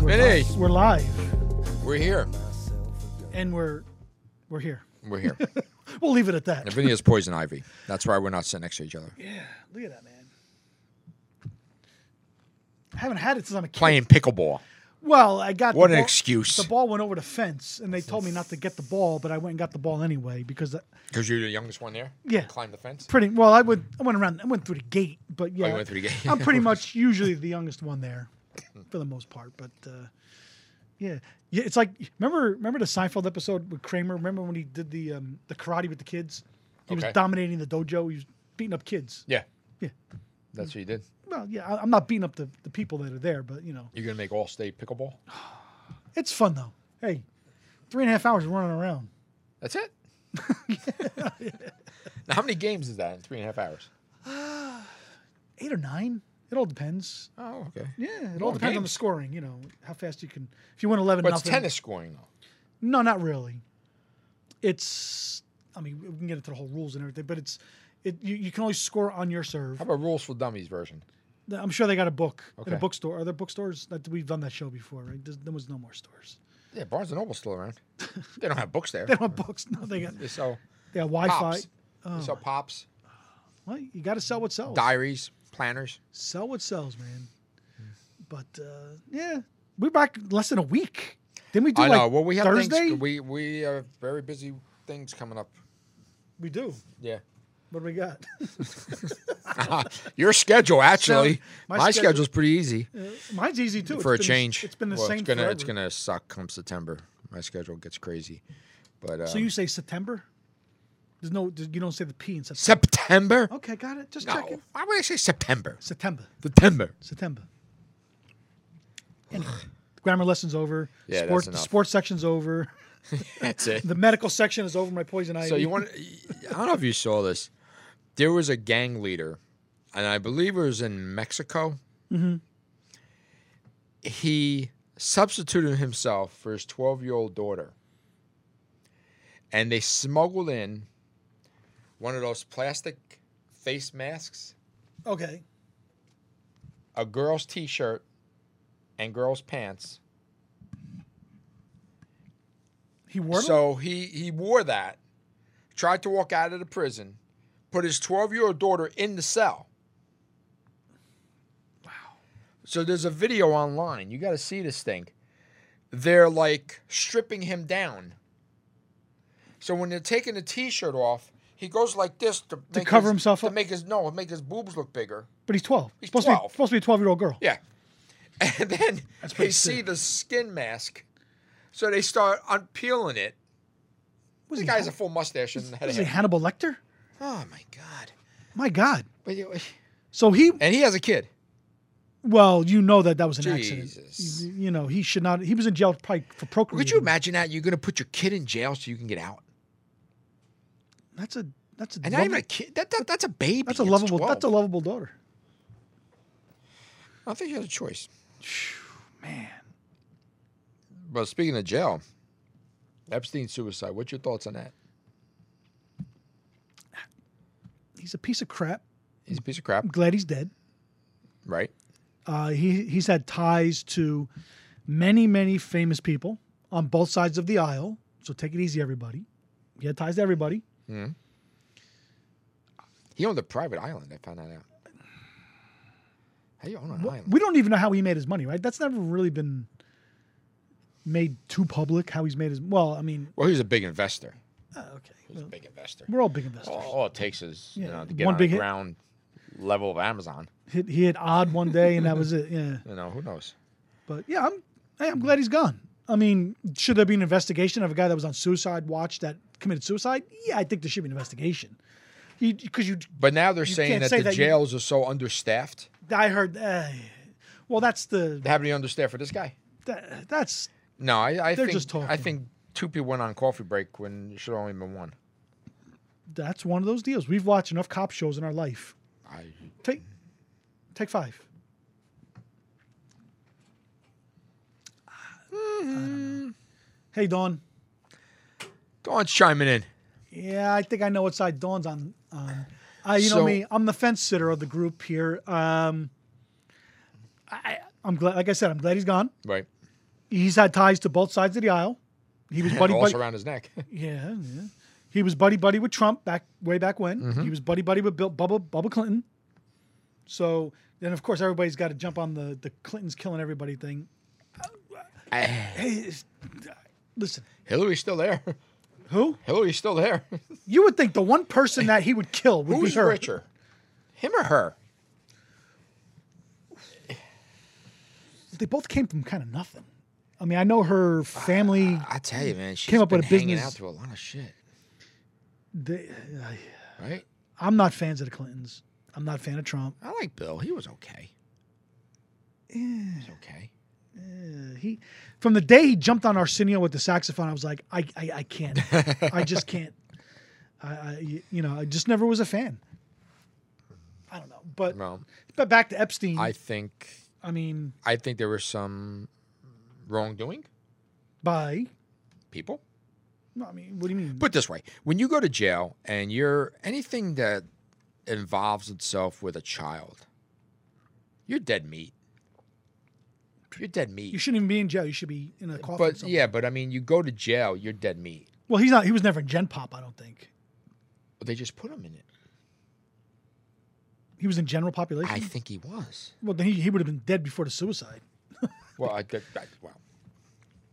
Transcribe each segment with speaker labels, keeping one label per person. Speaker 1: We're
Speaker 2: Hey.
Speaker 1: li- we're live,
Speaker 2: We're here.
Speaker 1: and we're we're here.
Speaker 2: We're here.
Speaker 1: We'll leave it at that.
Speaker 2: Everything is poison ivy. That's why we're not sitting next to each other.
Speaker 1: Yeah, look at that, man. I haven't had it since I'm a kid.
Speaker 2: Playing pickleball.
Speaker 1: Well, I got
Speaker 2: What
Speaker 1: the
Speaker 2: an
Speaker 1: ball-
Speaker 2: excuse.
Speaker 1: The ball went over the fence, and they told me not to get the ball, but I went and got the ball anyway because I-
Speaker 2: Because you're the youngest one there?
Speaker 1: Yeah.
Speaker 2: Climb the fence? Oh,
Speaker 1: pretty well I would I went around I went through the gate, but yeah,
Speaker 2: you went through the gate.
Speaker 1: I'm pretty much usually the youngest one there for the most part, but. Uh, yeah, yeah. It's like remember remember the Seinfeld episode with Kramer. Remember when he did the um, the karate with the kids? He
Speaker 2: Okay.
Speaker 1: was dominating the dojo. He was beating up kids.
Speaker 2: Yeah.
Speaker 1: Yeah.
Speaker 2: That's what you did.
Speaker 1: Well, yeah, I- I'm not beating up the, the people that are there, but you know,
Speaker 2: You're going to make all state pickleball?
Speaker 1: it's fun though. Hey, three and a half hours of running around.
Speaker 2: That's it? now, how many games is that in three and a half hours?
Speaker 1: Eight or nine? It all depends.
Speaker 2: Oh, okay.
Speaker 1: Yeah, it all
Speaker 2: Long
Speaker 1: depends on the
Speaker 2: games.
Speaker 1: scoring. You know, how fast you can. If you win eleven,
Speaker 2: But it's
Speaker 1: nothing.
Speaker 2: tennis scoring, though.
Speaker 1: No, not really. It's. I mean, we can get into the whole rules and everything, but it's. It, you, you can only score on your serve.
Speaker 2: How about Rules for Dummies version?
Speaker 1: I'm sure they got a book in a
Speaker 2: Okay.
Speaker 1: bookstore. Are there bookstores? That we've done that show before, right? There's, there was no more stores.
Speaker 2: Yeah, Barnes and Noble's still around. they don't have books there.
Speaker 1: They don't have books. No, they got
Speaker 2: They sell
Speaker 1: they Oh got Wi-Fi.
Speaker 2: pops. They sell pops,
Speaker 1: Well, you got to sell what sells.
Speaker 2: diaries, planners.
Speaker 1: sell what sells, man. But uh, yeah, we're back less than a week. Didn't we do
Speaker 2: I
Speaker 1: like
Speaker 2: know. Well, we have
Speaker 1: Thursday?
Speaker 2: things. We, we have very busy things coming up.
Speaker 1: We do.
Speaker 2: Yeah.
Speaker 1: What do we got?
Speaker 2: Your schedule, actually,
Speaker 1: So, my
Speaker 2: my,
Speaker 1: schedule-
Speaker 2: schedule's pretty easy
Speaker 1: Mine's easy too. It's
Speaker 2: for
Speaker 1: been
Speaker 2: a
Speaker 1: the s-
Speaker 2: change.
Speaker 1: it's been the
Speaker 2: Well,
Speaker 1: same
Speaker 2: It's gonna,
Speaker 1: forever.
Speaker 2: it's gonna suck come September. My schedule gets crazy, but um,
Speaker 1: So you say September? There's no. You don't say the P in September.
Speaker 2: September?
Speaker 1: okay, got it. Oh, Just
Speaker 2: no,
Speaker 1: checking.
Speaker 2: why would I say September?
Speaker 1: September.
Speaker 2: September.
Speaker 1: September. Anyway, the grammar lesson's over.
Speaker 2: Yeah, that's
Speaker 1: sports. The
Speaker 2: enough.
Speaker 1: sports section's over.
Speaker 2: That's it.
Speaker 1: The medical section is over. My poison ivy.
Speaker 2: So you want? I don't know if you saw this. There was a gang leader, and I believe it was in Mexico. Mm-hmm. He substituted himself for his twelve-year-old daughter, and they smuggled in one of those plastic face masks,
Speaker 1: okay?
Speaker 2: a girl's T-shirt, and girl's pants.
Speaker 1: He wore them?
Speaker 2: So he he wore that, tried to walk out of the prison, put his 12 year old daughter in the cell. Wow. So there's a video online. You got to see this thing. They're like stripping him down. So when they're taking the T-shirt off, he goes like this to, make
Speaker 1: cover
Speaker 2: his-
Speaker 1: himself
Speaker 2: to
Speaker 1: up?
Speaker 2: make his no, make his boobs look bigger.
Speaker 1: But he's twelve.
Speaker 2: He's
Speaker 1: supposed To
Speaker 2: 12.
Speaker 1: be, supposed to be a twelve-year-old girl.
Speaker 2: Yeah. And then
Speaker 1: pretty
Speaker 2: they see
Speaker 1: sick.
Speaker 2: the skin mask. So they start unpeeling it.
Speaker 1: Was
Speaker 2: This
Speaker 1: he
Speaker 2: guy has
Speaker 1: Han-
Speaker 2: a full mustache and had a
Speaker 1: Was he
Speaker 2: head.
Speaker 1: Hannibal Lecter?
Speaker 2: Oh my god!
Speaker 1: My God.
Speaker 2: But you-
Speaker 1: So he,
Speaker 2: and he has a kid.
Speaker 1: well, you know that that was an accident.
Speaker 2: Jesus.
Speaker 1: You, you know, he should not. He was in jail probably for procreating.
Speaker 2: Could you imagine that? You're gonna put your kid in jail so you can get out,
Speaker 1: That's a that's a
Speaker 2: and not
Speaker 1: lovable,
Speaker 2: even a kid. That, that that's a baby.
Speaker 1: that's a
Speaker 2: It's
Speaker 1: lovable
Speaker 2: 12.
Speaker 1: that's a lovable daughter.
Speaker 2: I think you has a choice.
Speaker 1: Man,
Speaker 2: But speaking of jail, Epstein suicide. What's your thoughts on that?
Speaker 1: he's a piece of crap.
Speaker 2: He's a piece of crap,
Speaker 1: I'm glad he's dead.
Speaker 2: right?
Speaker 1: Uh, he he's had ties to many many famous people on both sides of the aisle. So take it easy, everybody. He had ties to everybody.
Speaker 2: He owned a private island. I found that out. How you own an island?
Speaker 1: We don't even know how he made his money, right? That's never really been made too public. How he's made his well, I mean,
Speaker 2: Well, he's a big investor.
Speaker 1: uh, okay,
Speaker 2: He's a big investor.
Speaker 1: we're all big investors.
Speaker 2: All, all it takes is you
Speaker 1: Yeah,
Speaker 2: know to get
Speaker 1: one
Speaker 2: on
Speaker 1: big
Speaker 2: the
Speaker 1: hit.
Speaker 2: ground level of Amazon.
Speaker 1: He, he hit odd one day, and that was it. Yeah,
Speaker 2: You know who knows?
Speaker 1: but yeah, I'm hey, I'm glad he's gone. I mean, should there be an investigation of a guy that was on suicide watch that committed suicide? Yeah, I think there should be an investigation. Because you,
Speaker 2: But now they're
Speaker 1: You
Speaker 2: saying
Speaker 1: can't
Speaker 2: that
Speaker 1: say
Speaker 2: the
Speaker 1: that you-
Speaker 2: jails are so understaffed.
Speaker 1: I heard. eh, well, that's the
Speaker 2: They have any understaffed for this guy?
Speaker 1: that, that's
Speaker 2: No, I, I
Speaker 1: They're
Speaker 2: think
Speaker 1: just
Speaker 2: I
Speaker 1: talking.
Speaker 2: think two people went on coffee break when it should have only been one.
Speaker 1: that's one of those deals. We've watched enough cop shows in our life.
Speaker 2: I
Speaker 1: Take take five. I don't know. Hey Dawn.
Speaker 2: Dawn's chiming in.
Speaker 1: Yeah, I think I know what side Dawn's on. on. Uh, you know
Speaker 2: So-
Speaker 1: me. I'm the fence sitter of the group here. Um, I, I'm glad. Like I said, I'm glad he's gone.
Speaker 2: Right.
Speaker 1: he's had ties to both sides of the aisle. He was buddy
Speaker 2: also
Speaker 1: buddy.
Speaker 2: around his neck.
Speaker 1: Yeah, yeah. He was buddy buddy with Trump back way back when.
Speaker 2: Mhm.
Speaker 1: He was buddy buddy with Bill Bubba Bubba Clinton. So then, of course, everybody's got to jump on the the Clintons killing everybody thing. Hey, it's- listen,
Speaker 2: Ah, Hillary's still there.
Speaker 1: who
Speaker 2: Hillary's still there.
Speaker 1: you would think the one person that he would kill would
Speaker 2: Who's
Speaker 1: be her?
Speaker 2: richer, him or her?
Speaker 1: They both came from kind of nothing. I mean, I know her family.
Speaker 2: I tell you, man, she
Speaker 1: Came up with a
Speaker 2: hanging
Speaker 1: business-
Speaker 2: out to a lot of shit,
Speaker 1: They, uh,
Speaker 2: right?
Speaker 1: I'm not fans of the Clintons. I'm not a fan of Trump.
Speaker 2: I like Bill. He was okay. He was okay.
Speaker 1: Uh, he from the day he jumped on Arsenio with the saxophone, I was like, I I, I can't. I just can't. I, I you know I just never was a fan. I don't know, but
Speaker 2: Well,
Speaker 1: but back to Epstein.
Speaker 2: I
Speaker 1: I,
Speaker 2: think
Speaker 1: mean,
Speaker 2: I think there was some wrongdoing.
Speaker 1: by
Speaker 2: People
Speaker 1: no, I mean, what do you mean?
Speaker 2: put it this way: when you go to jail and you're anything that involves itself with a child, you're dead meat. You're dead meat.
Speaker 1: you shouldn't even be in jail. You should be in a coffin.
Speaker 2: But
Speaker 1: somewhere.
Speaker 2: yeah, but I mean, you go to jail, you're dead meat.
Speaker 1: Well, he's not. He was never in Gen Pop. I don't think
Speaker 2: But they just put him in it.
Speaker 1: he was in general population.
Speaker 2: I think he was.
Speaker 1: well, then he, he would have been dead before the suicide
Speaker 2: Well, I, that, that, well,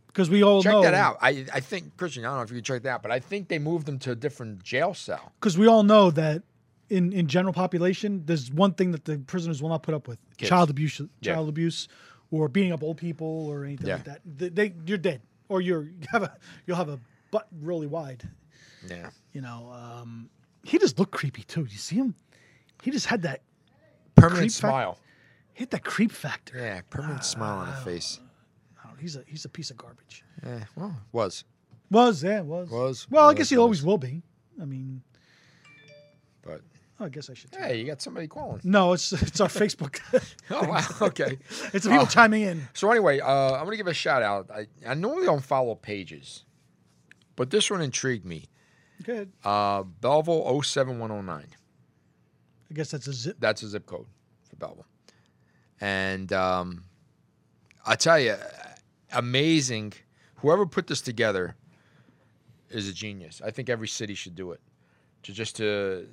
Speaker 1: because we all
Speaker 2: check
Speaker 1: know
Speaker 2: that out. I, I think Christian. I don't know if you can check that out, but I think they moved him to a different jail cell.
Speaker 1: because we all know that in, in general population, there's one thing that the prisoners will not put up with:
Speaker 2: Kids.
Speaker 1: child abuse, child
Speaker 2: Yeah.
Speaker 1: abuse, or beating up old people or anything like
Speaker 2: Yeah.
Speaker 1: that. They, they you're dead, or you're you have a you'll have a butt really wide.
Speaker 2: Yeah.
Speaker 1: You know, um, he just looked creepy too. You see him? He just had that
Speaker 2: Permanent
Speaker 1: Creep fac-
Speaker 2: smile.
Speaker 1: hit that creep factor.
Speaker 2: Yeah, permanent smile on the face.
Speaker 1: I don't know, he's a he's a piece of garbage.
Speaker 2: Yeah, well, was.
Speaker 1: Was yeah was
Speaker 2: Was,
Speaker 1: well. I
Speaker 2: was,
Speaker 1: guess he
Speaker 2: was.
Speaker 1: always will be. I mean,
Speaker 2: But
Speaker 1: oh, I guess I should. tell
Speaker 2: hey, you got somebody calling.
Speaker 1: No, it's it's our Facebook.
Speaker 2: Oh wow, okay.
Speaker 1: it's the people
Speaker 2: Oh.
Speaker 1: chiming in.
Speaker 2: So anyway, uh, I'm gonna give a shout out. I, I normally don't follow pages, but this one intrigued me.
Speaker 1: Good.
Speaker 2: Uh, Belleville 07109.
Speaker 1: I guess that's a zip.
Speaker 2: That's a zip code for Belleville. And um, I tell you, amazing. Whoever put this together is a genius. I think every city should do it. To just to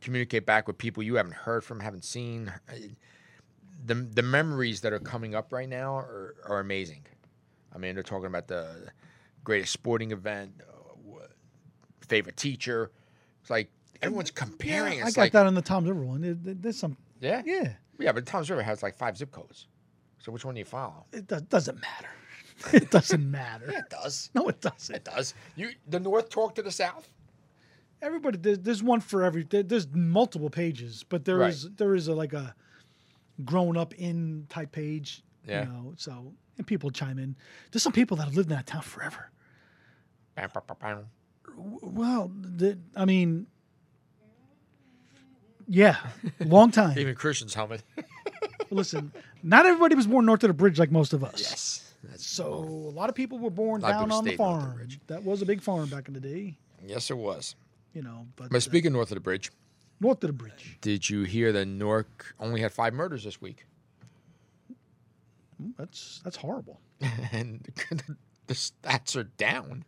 Speaker 2: communicate back with people you haven't heard from, haven't seen. The, the memories that are coming up right now are, are amazing. I mean, they're talking about the greatest sporting event, uh, wh- favorite teacher. It's like everyone's comparing.
Speaker 1: I
Speaker 2: it's
Speaker 1: got
Speaker 2: like,
Speaker 1: that on the Tom's River one. There- there- There's some.
Speaker 2: yeah,
Speaker 1: Yeah,
Speaker 2: yeah, but Tom's River has like five zip codes. So which one do you follow?
Speaker 1: it do- doesn't matter. It doesn't matter.
Speaker 2: it does.
Speaker 1: No, it doesn't.
Speaker 2: It does. You the North talk to the South.
Speaker 1: Everybody, there's, there's one for every. there- There's multiple pages, but there
Speaker 2: Right.
Speaker 1: is there is a, like a grown up in type page.
Speaker 2: Yeah.
Speaker 1: You know, so and people chime in. There's some people that have lived in that town forever.
Speaker 2: Bam, bam, bam, bam.
Speaker 1: W- Well, the, I mean, yeah, long time.
Speaker 2: Even Christian's helmet.
Speaker 1: Listen, not everybody was born north of the bridge like most of us.
Speaker 2: yes. That's
Speaker 1: So a lot of people were born
Speaker 2: A lot of
Speaker 1: down
Speaker 2: people
Speaker 1: on the
Speaker 2: Oh. stayed north of the
Speaker 1: farm.
Speaker 2: ridge.
Speaker 1: that was a big farm back in the day,
Speaker 2: Yes, it was.
Speaker 1: you know. But
Speaker 2: But
Speaker 1: uh,
Speaker 2: speaking north of the bridge,
Speaker 1: north of the bridge,
Speaker 2: did you hear that Newark only had five murders this week?
Speaker 1: Mm, that's that's horrible.
Speaker 2: and the stats are down.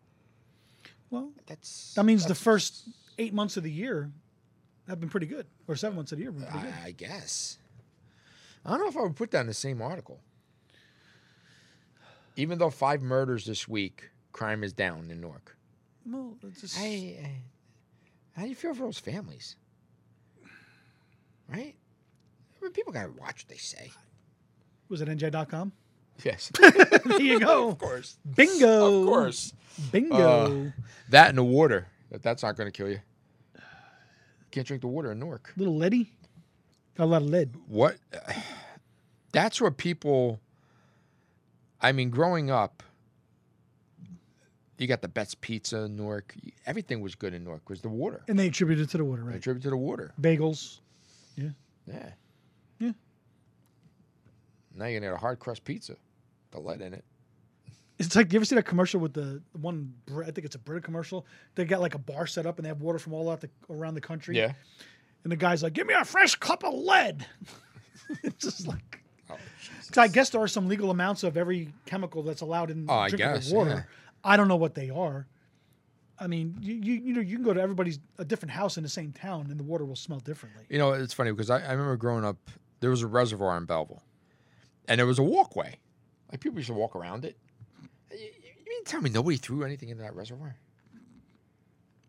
Speaker 1: Well,
Speaker 2: That's
Speaker 1: that means the first eight months of the year have been pretty good, or seven months of the year have been pretty
Speaker 2: I,
Speaker 1: good.
Speaker 2: I guess. I don't know if I would put that in the same article. Even though five murders this week, crime is down in Newark.
Speaker 1: Well, it's just,
Speaker 2: I, I- how do you feel for those families? Right? I mean, people gotta watch what they say.
Speaker 1: was it NJ.com?
Speaker 2: Yes,
Speaker 1: there you go.
Speaker 2: of course,
Speaker 1: Bingo.
Speaker 2: of course. Uh.
Speaker 1: Bingo.
Speaker 2: That and the water. That that's not gonna kill you. Can't drink the water in Newark.
Speaker 1: Little Letty. Got a lot of lead.
Speaker 2: What? That's where people. I mean, growing up, you got the best pizza in Newark. Everything was good in Newark. Was the water?
Speaker 1: And they attributed it to the water, right?
Speaker 2: Attributed to the water.
Speaker 1: Bagels.
Speaker 2: Yeah.
Speaker 1: Yeah.
Speaker 2: Now you're gonna get a hard crust pizza, the lead in it.
Speaker 1: It's like you ever see that commercial with the the one Brit- I think it's a Brita commercial. They got like a bar set up and they have water from all out the, around the country. And the guy's like, "Give me a fresh cup of lead." it's just like
Speaker 2: Oh,
Speaker 1: 'Cause I guess there are some legal amounts of every chemical that's allowed in
Speaker 2: Oh, I
Speaker 1: drinkable
Speaker 2: guess,
Speaker 1: water.
Speaker 2: yeah.
Speaker 1: I don't know what they are. I mean, you, you you know you can go to everybody's a different house in the same town and the water will smell differently.
Speaker 2: You know, it's funny because I, I remember growing up, there was a reservoir in Belleville, and there was a walkway. Like people used to walk around it. You, you you mean to tell me nobody threw anything into that reservoir?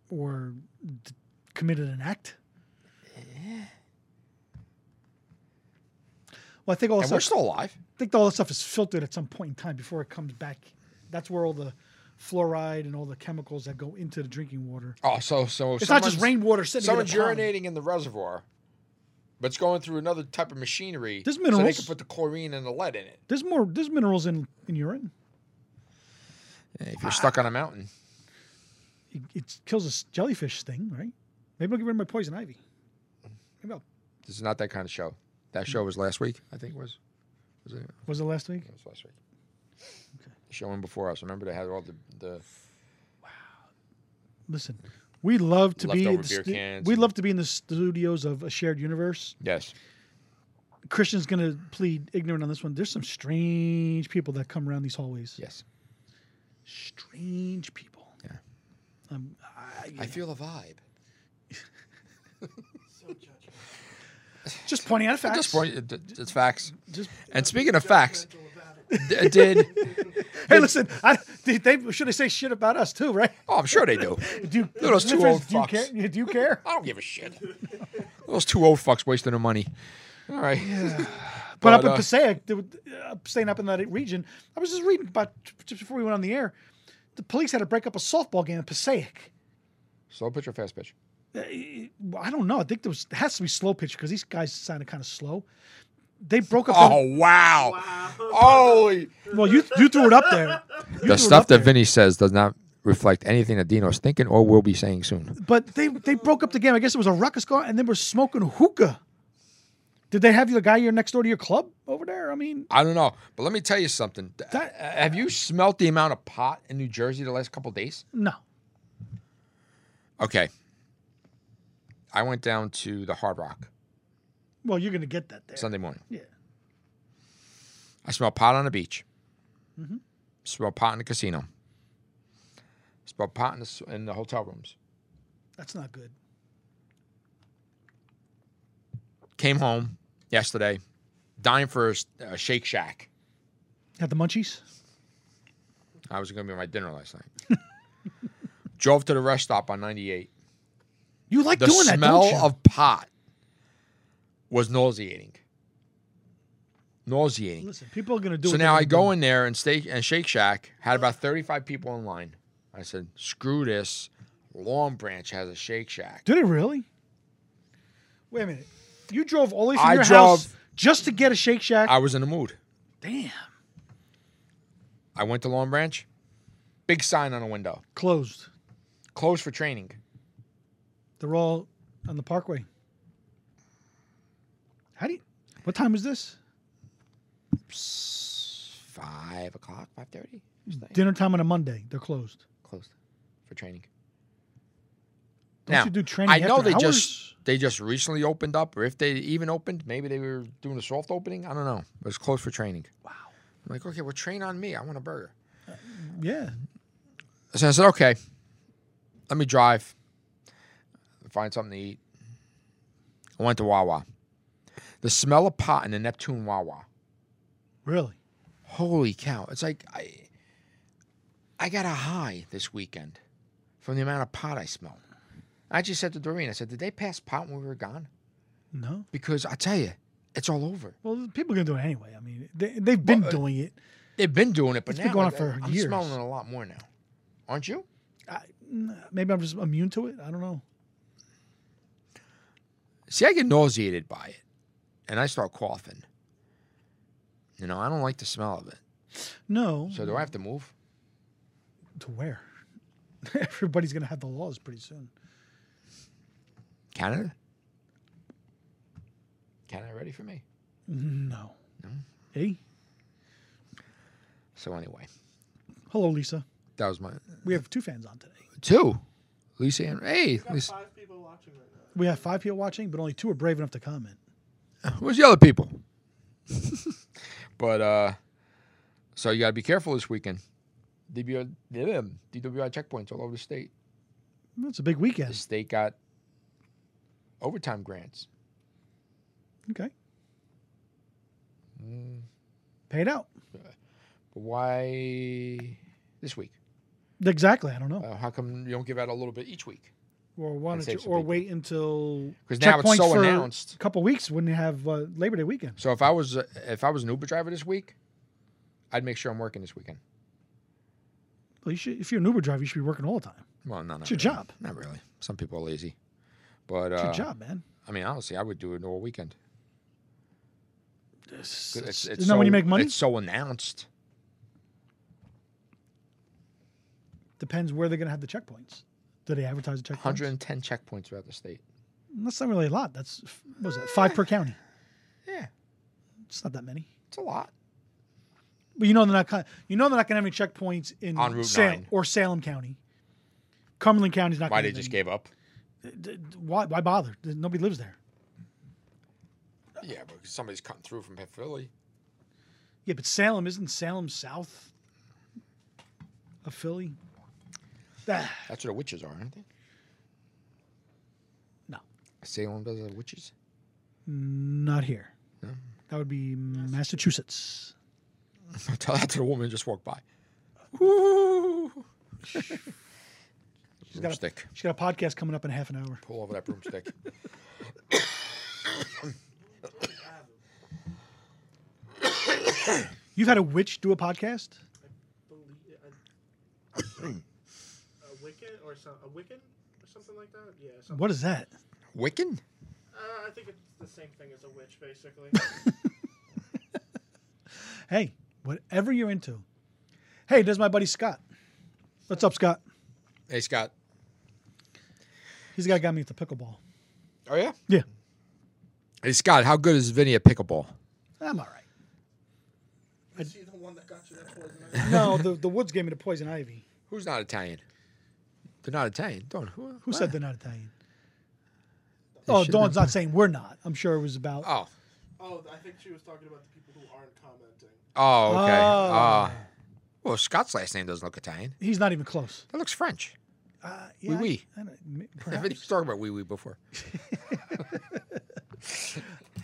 Speaker 1: Or d- committed an act.
Speaker 2: Eh.
Speaker 1: Well, I think all
Speaker 2: And
Speaker 1: this
Speaker 2: we're
Speaker 1: stuff-
Speaker 2: still alive.
Speaker 1: I think all that stuff is filtered at some point in time before it comes back. That's where all the fluoride and all the chemicals that go into the drinking water.
Speaker 2: Oh, so so if
Speaker 1: It's not just
Speaker 2: someone's-
Speaker 1: rainwater sitting. in a
Speaker 2: Someone's
Speaker 1: pond.
Speaker 2: urinating in the reservoir, but it's going through another type of machinery.
Speaker 1: There's
Speaker 2: So they
Speaker 1: minerals.
Speaker 2: can put the chlorine and the lead in it.
Speaker 1: There's more. There's minerals in in urine. Ah.
Speaker 2: if you're stuck on a mountain,
Speaker 1: It, it kills a s- jellyfish thing, right? Maybe I'll get rid of my poison ivy. Maybe I'll,
Speaker 2: this is not that kind of show. That show was last week, I think it was. Was it?
Speaker 1: was it last week?
Speaker 2: It was last week. The show one before us. Remember they had all the, the
Speaker 1: Listen, we love to be
Speaker 2: Leftover
Speaker 1: in the
Speaker 2: beer
Speaker 1: stu-
Speaker 2: cans
Speaker 1: we
Speaker 2: and-
Speaker 1: love to be in the studios of a shared universe.
Speaker 2: yes.
Speaker 1: Christian's gonna plead ignorant on this one. There's some strange people that come around these hallways.
Speaker 2: Yes.
Speaker 1: Strange people.
Speaker 2: Yeah.
Speaker 1: Um, I,
Speaker 2: I feel a vibe.
Speaker 1: just pointing out facts.
Speaker 2: Just point, it- it- it's facts.
Speaker 1: Just-
Speaker 2: And speaking of facts, d- did
Speaker 1: hey, listen, I, they, they should they say shit about us too, right?
Speaker 2: oh, I'm sure they do.
Speaker 1: Do you,
Speaker 2: Those two old
Speaker 1: do you
Speaker 2: fucks.
Speaker 1: care? Do you care?
Speaker 2: I don't give a shit. Those two old fucks wasting their money. All right.
Speaker 1: But, up
Speaker 2: But,
Speaker 1: in
Speaker 2: uh,
Speaker 1: Passaic, there were- uh, staying up in that region, I was just reading about just before we went on the air. The police had to break up a softball game in Passaic. Uh,
Speaker 2: Slow pitch or fast pitch?
Speaker 1: I don't know. I think there was it has to be slow pitch because these guys sounded kind of slow. They broke up.
Speaker 2: Oh wow! Holy.
Speaker 1: the- well, you you threw it up there. You threw
Speaker 2: Oh. The
Speaker 1: it
Speaker 2: stuff
Speaker 1: up
Speaker 2: that
Speaker 1: there.
Speaker 2: Vinny says does not reflect anything that Dino's thinking or will be saying soon.
Speaker 1: But they they broke up the game. I guess it was a ruckus going, and they were smoking hookah. Did they have the guy here next door to your club over there? I mean,
Speaker 2: I don't know, but let me tell you something. Th-
Speaker 1: That-
Speaker 2: uh, Have you smelt the amount of pot in New Jersey the last couple days?
Speaker 1: no.
Speaker 2: Okay. I went down to the Hard Rock
Speaker 1: Well, you're gonna get that there.
Speaker 2: Sunday morning.
Speaker 1: Yeah.
Speaker 2: I smell pot on the beach.
Speaker 1: Mm-hmm.
Speaker 2: Smell pot in the casino. Smell pot in the, s- in the hotel rooms.
Speaker 1: That's not good.
Speaker 2: Came home yesterday, dying for a s- a Shake Shack.
Speaker 1: Had the munchies.
Speaker 2: I was going to be my dinner last night. Drove to the rest stop on 98.
Speaker 1: You like
Speaker 2: The
Speaker 1: doing that,
Speaker 2: smell
Speaker 1: don't you?
Speaker 2: of pot was nauseating. Nauseating.
Speaker 1: Listen, people are gonna do.
Speaker 2: So
Speaker 1: what
Speaker 2: now
Speaker 1: they're
Speaker 2: I
Speaker 1: gonna
Speaker 2: go in there and steak and Shake Shack had about 35 people in line. I said, "Screw this. Long Branch has a Shake Shack."
Speaker 1: Do. Did it really? Wait a minute. You drove all the way from
Speaker 2: I
Speaker 1: your house
Speaker 2: drove-
Speaker 1: just to get a Shake Shack.
Speaker 2: I was in the mood.
Speaker 1: Damn.
Speaker 2: I went to Long Branch. Big sign on a window.
Speaker 1: Closed.
Speaker 2: Closed for training.
Speaker 1: They're all on the Parkway. How do you? What time is this?
Speaker 2: Five o'clock, five thirty.
Speaker 1: Dinner time on a Monday. They're closed.
Speaker 2: Closed for training.
Speaker 1: Don't
Speaker 2: Now,
Speaker 1: you do training?
Speaker 2: I know
Speaker 1: after
Speaker 2: they
Speaker 1: hours?
Speaker 2: just they just recently opened up, or if they even opened, maybe they were doing a soft opening. I don't know. It was closed for training.
Speaker 1: Wow.
Speaker 2: I'm like, okay, well, train on me. I want a burger.
Speaker 1: Yeah.
Speaker 2: So I said, okay, let me drive, find something to eat. I went to Wawa. The smell of pot in the Neptune Wawa.
Speaker 1: Really.
Speaker 2: Holy cow! It's like I, I got a high this weekend from the amount of pot I smelled. I just said to Doreen, I said, did they pass pot when we were gone?
Speaker 1: No.
Speaker 2: Because I tell you, it's all over.
Speaker 1: Well, people are gonna do it anyway. I mean, they, they've been doing it.
Speaker 2: They've been doing it, but
Speaker 1: It's
Speaker 2: now
Speaker 1: been going on
Speaker 2: I-
Speaker 1: for
Speaker 2: I'm
Speaker 1: years.
Speaker 2: smelling it a lot more now. Aren't you?
Speaker 1: I, maybe I'm just immune to it. I don't know.
Speaker 2: See, I get nauseated by it, and I start coughing. You know, I don't like the smell of it.
Speaker 1: No.
Speaker 2: So do I have to move?
Speaker 1: to where? Everybody's gonna have the laws pretty soon.
Speaker 2: Canada? Canada ready for me?
Speaker 1: No. Hey,
Speaker 2: So anyway,
Speaker 1: hello, Lisa.
Speaker 2: that was my
Speaker 1: We have two fans on today.
Speaker 2: two. Lisa and hey,
Speaker 3: We got
Speaker 2: Lisa.
Speaker 3: five people watching right now.
Speaker 1: We have five people watching, but only two are brave enough to comment.
Speaker 2: Where's the other people? but uh, so you got to be careful this weekend. DWI, DWI checkpoints all over the state.
Speaker 1: It's a big
Speaker 2: The
Speaker 1: weekend.
Speaker 2: state got overtime grants.
Speaker 1: Okay.
Speaker 2: Mm,
Speaker 1: Paid out.
Speaker 2: but why this week?
Speaker 1: Exactly. I don't know.
Speaker 2: Uh, how come you don't give out a little bit each week?
Speaker 1: Or why
Speaker 2: I'd
Speaker 1: don't
Speaker 2: say
Speaker 1: you,
Speaker 2: it's a
Speaker 1: or
Speaker 2: big-
Speaker 1: wait until
Speaker 2: Because now it's
Speaker 1: Checkpoints
Speaker 2: so
Speaker 1: for-
Speaker 2: announced.
Speaker 1: a couple weeks when you have uh, Labor Day weekend.
Speaker 2: So if I was uh, if I was an Uber driver this week, I'd make sure I'm working this weekend.
Speaker 1: Well, you should, if you're an Uber driver, you should be working all the time.
Speaker 2: Well, no, not
Speaker 1: It's your
Speaker 2: really.
Speaker 1: job.
Speaker 2: Not really. Some people are lazy, but
Speaker 1: It's
Speaker 2: uh,
Speaker 1: your job, man.
Speaker 2: I mean, honestly, I would do it all weekend.
Speaker 1: It's,
Speaker 2: 'Cause It's,
Speaker 1: it's-
Speaker 2: it's
Speaker 1: isn't that when you
Speaker 2: so-
Speaker 1: make money?
Speaker 2: It's so announced.
Speaker 1: Depends where they're going to have the checkpoints. Do they advertise the checkpoints?
Speaker 2: 110 checkpoints throughout the state.
Speaker 1: That's not really a lot. That's what was that five per county.
Speaker 2: Yeah,
Speaker 1: It's not that many.
Speaker 2: it's a lot.
Speaker 1: But you know they're not. con- You know they're not going to have any checkpoints in
Speaker 2: On Route
Speaker 1: Salem
Speaker 2: 9.
Speaker 1: or Salem County. Cumberland County's not.
Speaker 2: Why
Speaker 1: gonna
Speaker 2: they
Speaker 1: have
Speaker 2: just
Speaker 1: any.
Speaker 2: gave up?
Speaker 1: D- d- Why, why bother? Th- Nobody lives there.
Speaker 2: Yeah, but somebody's cutting through from Philly.
Speaker 1: Yeah, but Salem isn't Salem south of Philly. Ah,
Speaker 2: That's what the witches are, aren't they?
Speaker 1: No.
Speaker 2: Salem does have witches.
Speaker 1: not here.
Speaker 2: No.
Speaker 1: That would be Massachusetts.
Speaker 2: Tell that to the woman who just walked by. Woo!
Speaker 1: got a-
Speaker 2: broomstick.
Speaker 1: She's got a podcast coming up in half an hour.
Speaker 2: Pull over that broomstick.
Speaker 1: You've had a witch do a podcast?
Speaker 3: believe a, a Wiccan or some a Wiccan or something like that. Yeah. Something.
Speaker 1: What is that?
Speaker 2: Wiccan?
Speaker 3: Uh, I think it's the same thing as a witch, basically.
Speaker 1: Hey, whatever you're into. Hey, there's my buddy Scott. What's up, Scott?
Speaker 2: Hey, Scott.
Speaker 1: He's the guy who got me at the pickleball.
Speaker 2: Oh, yeah?
Speaker 1: Yeah,
Speaker 2: Hey, Scott, how good is Vinny at pickleball?
Speaker 1: I'm all right.
Speaker 3: Is he the one that got you that poison? ivy?
Speaker 1: No, the, the woods gave me the poison ivy.
Speaker 2: Who's not Italian? They're not Italian. Don't. Who,
Speaker 1: Who said they're not Italian?
Speaker 2: They
Speaker 1: Oh,
Speaker 2: should've
Speaker 1: Dawn's
Speaker 2: been-
Speaker 1: not saying we're not. I'm sure it was about.
Speaker 2: Oh.
Speaker 3: Oh, I think she was talking about the people who aren't commenting.
Speaker 2: Oh, okay.
Speaker 1: Oh.
Speaker 2: Ah. well, Scott's last name doesn't look Italian.
Speaker 1: He's not even close.
Speaker 2: That looks French.
Speaker 1: Uh, yeah,
Speaker 2: Oui,
Speaker 1: I- I don't- m-
Speaker 2: I
Speaker 1: perhaps.
Speaker 2: was talking about wee wee before.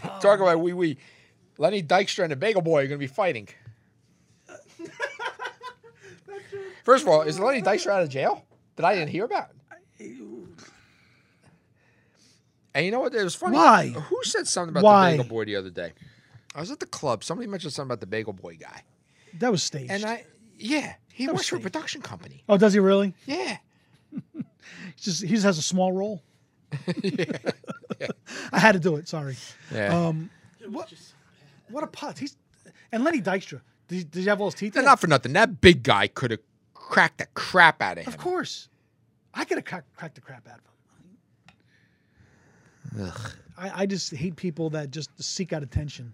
Speaker 2: Talk about wee wee. Lenny Dykstra and the Bagel Boy are going to be fighting. First of all, is Lenny Dykstra out of jail that I didn't hear about? And you know what? It was funny.
Speaker 1: Why?
Speaker 2: Who said something about
Speaker 1: Why?
Speaker 2: the Bagel Boy the other day? I was at the club. Somebody mentioned something about the Bagel Boy guy,
Speaker 1: that was staged.
Speaker 2: and I yeah, he
Speaker 1: That was
Speaker 2: works for a
Speaker 1: staged.
Speaker 2: production company.
Speaker 1: oh, does he really?
Speaker 2: Yeah.
Speaker 1: He's just, he just has a small role.
Speaker 2: yeah.
Speaker 1: I had to do it. Sorry.
Speaker 2: Yeah.
Speaker 1: Um,
Speaker 3: It was
Speaker 1: What?
Speaker 3: just
Speaker 1: what a pot. He's and Lenny Dykstra. Did he, did he have all his teeth?
Speaker 2: They're
Speaker 1: in?
Speaker 2: not for nothing. That big guy could have cracked the crap out of him.
Speaker 1: Of course. I could have cracked, cracked the crap out of him.
Speaker 2: Ugh.
Speaker 1: I, I just hate people that just seek out attention.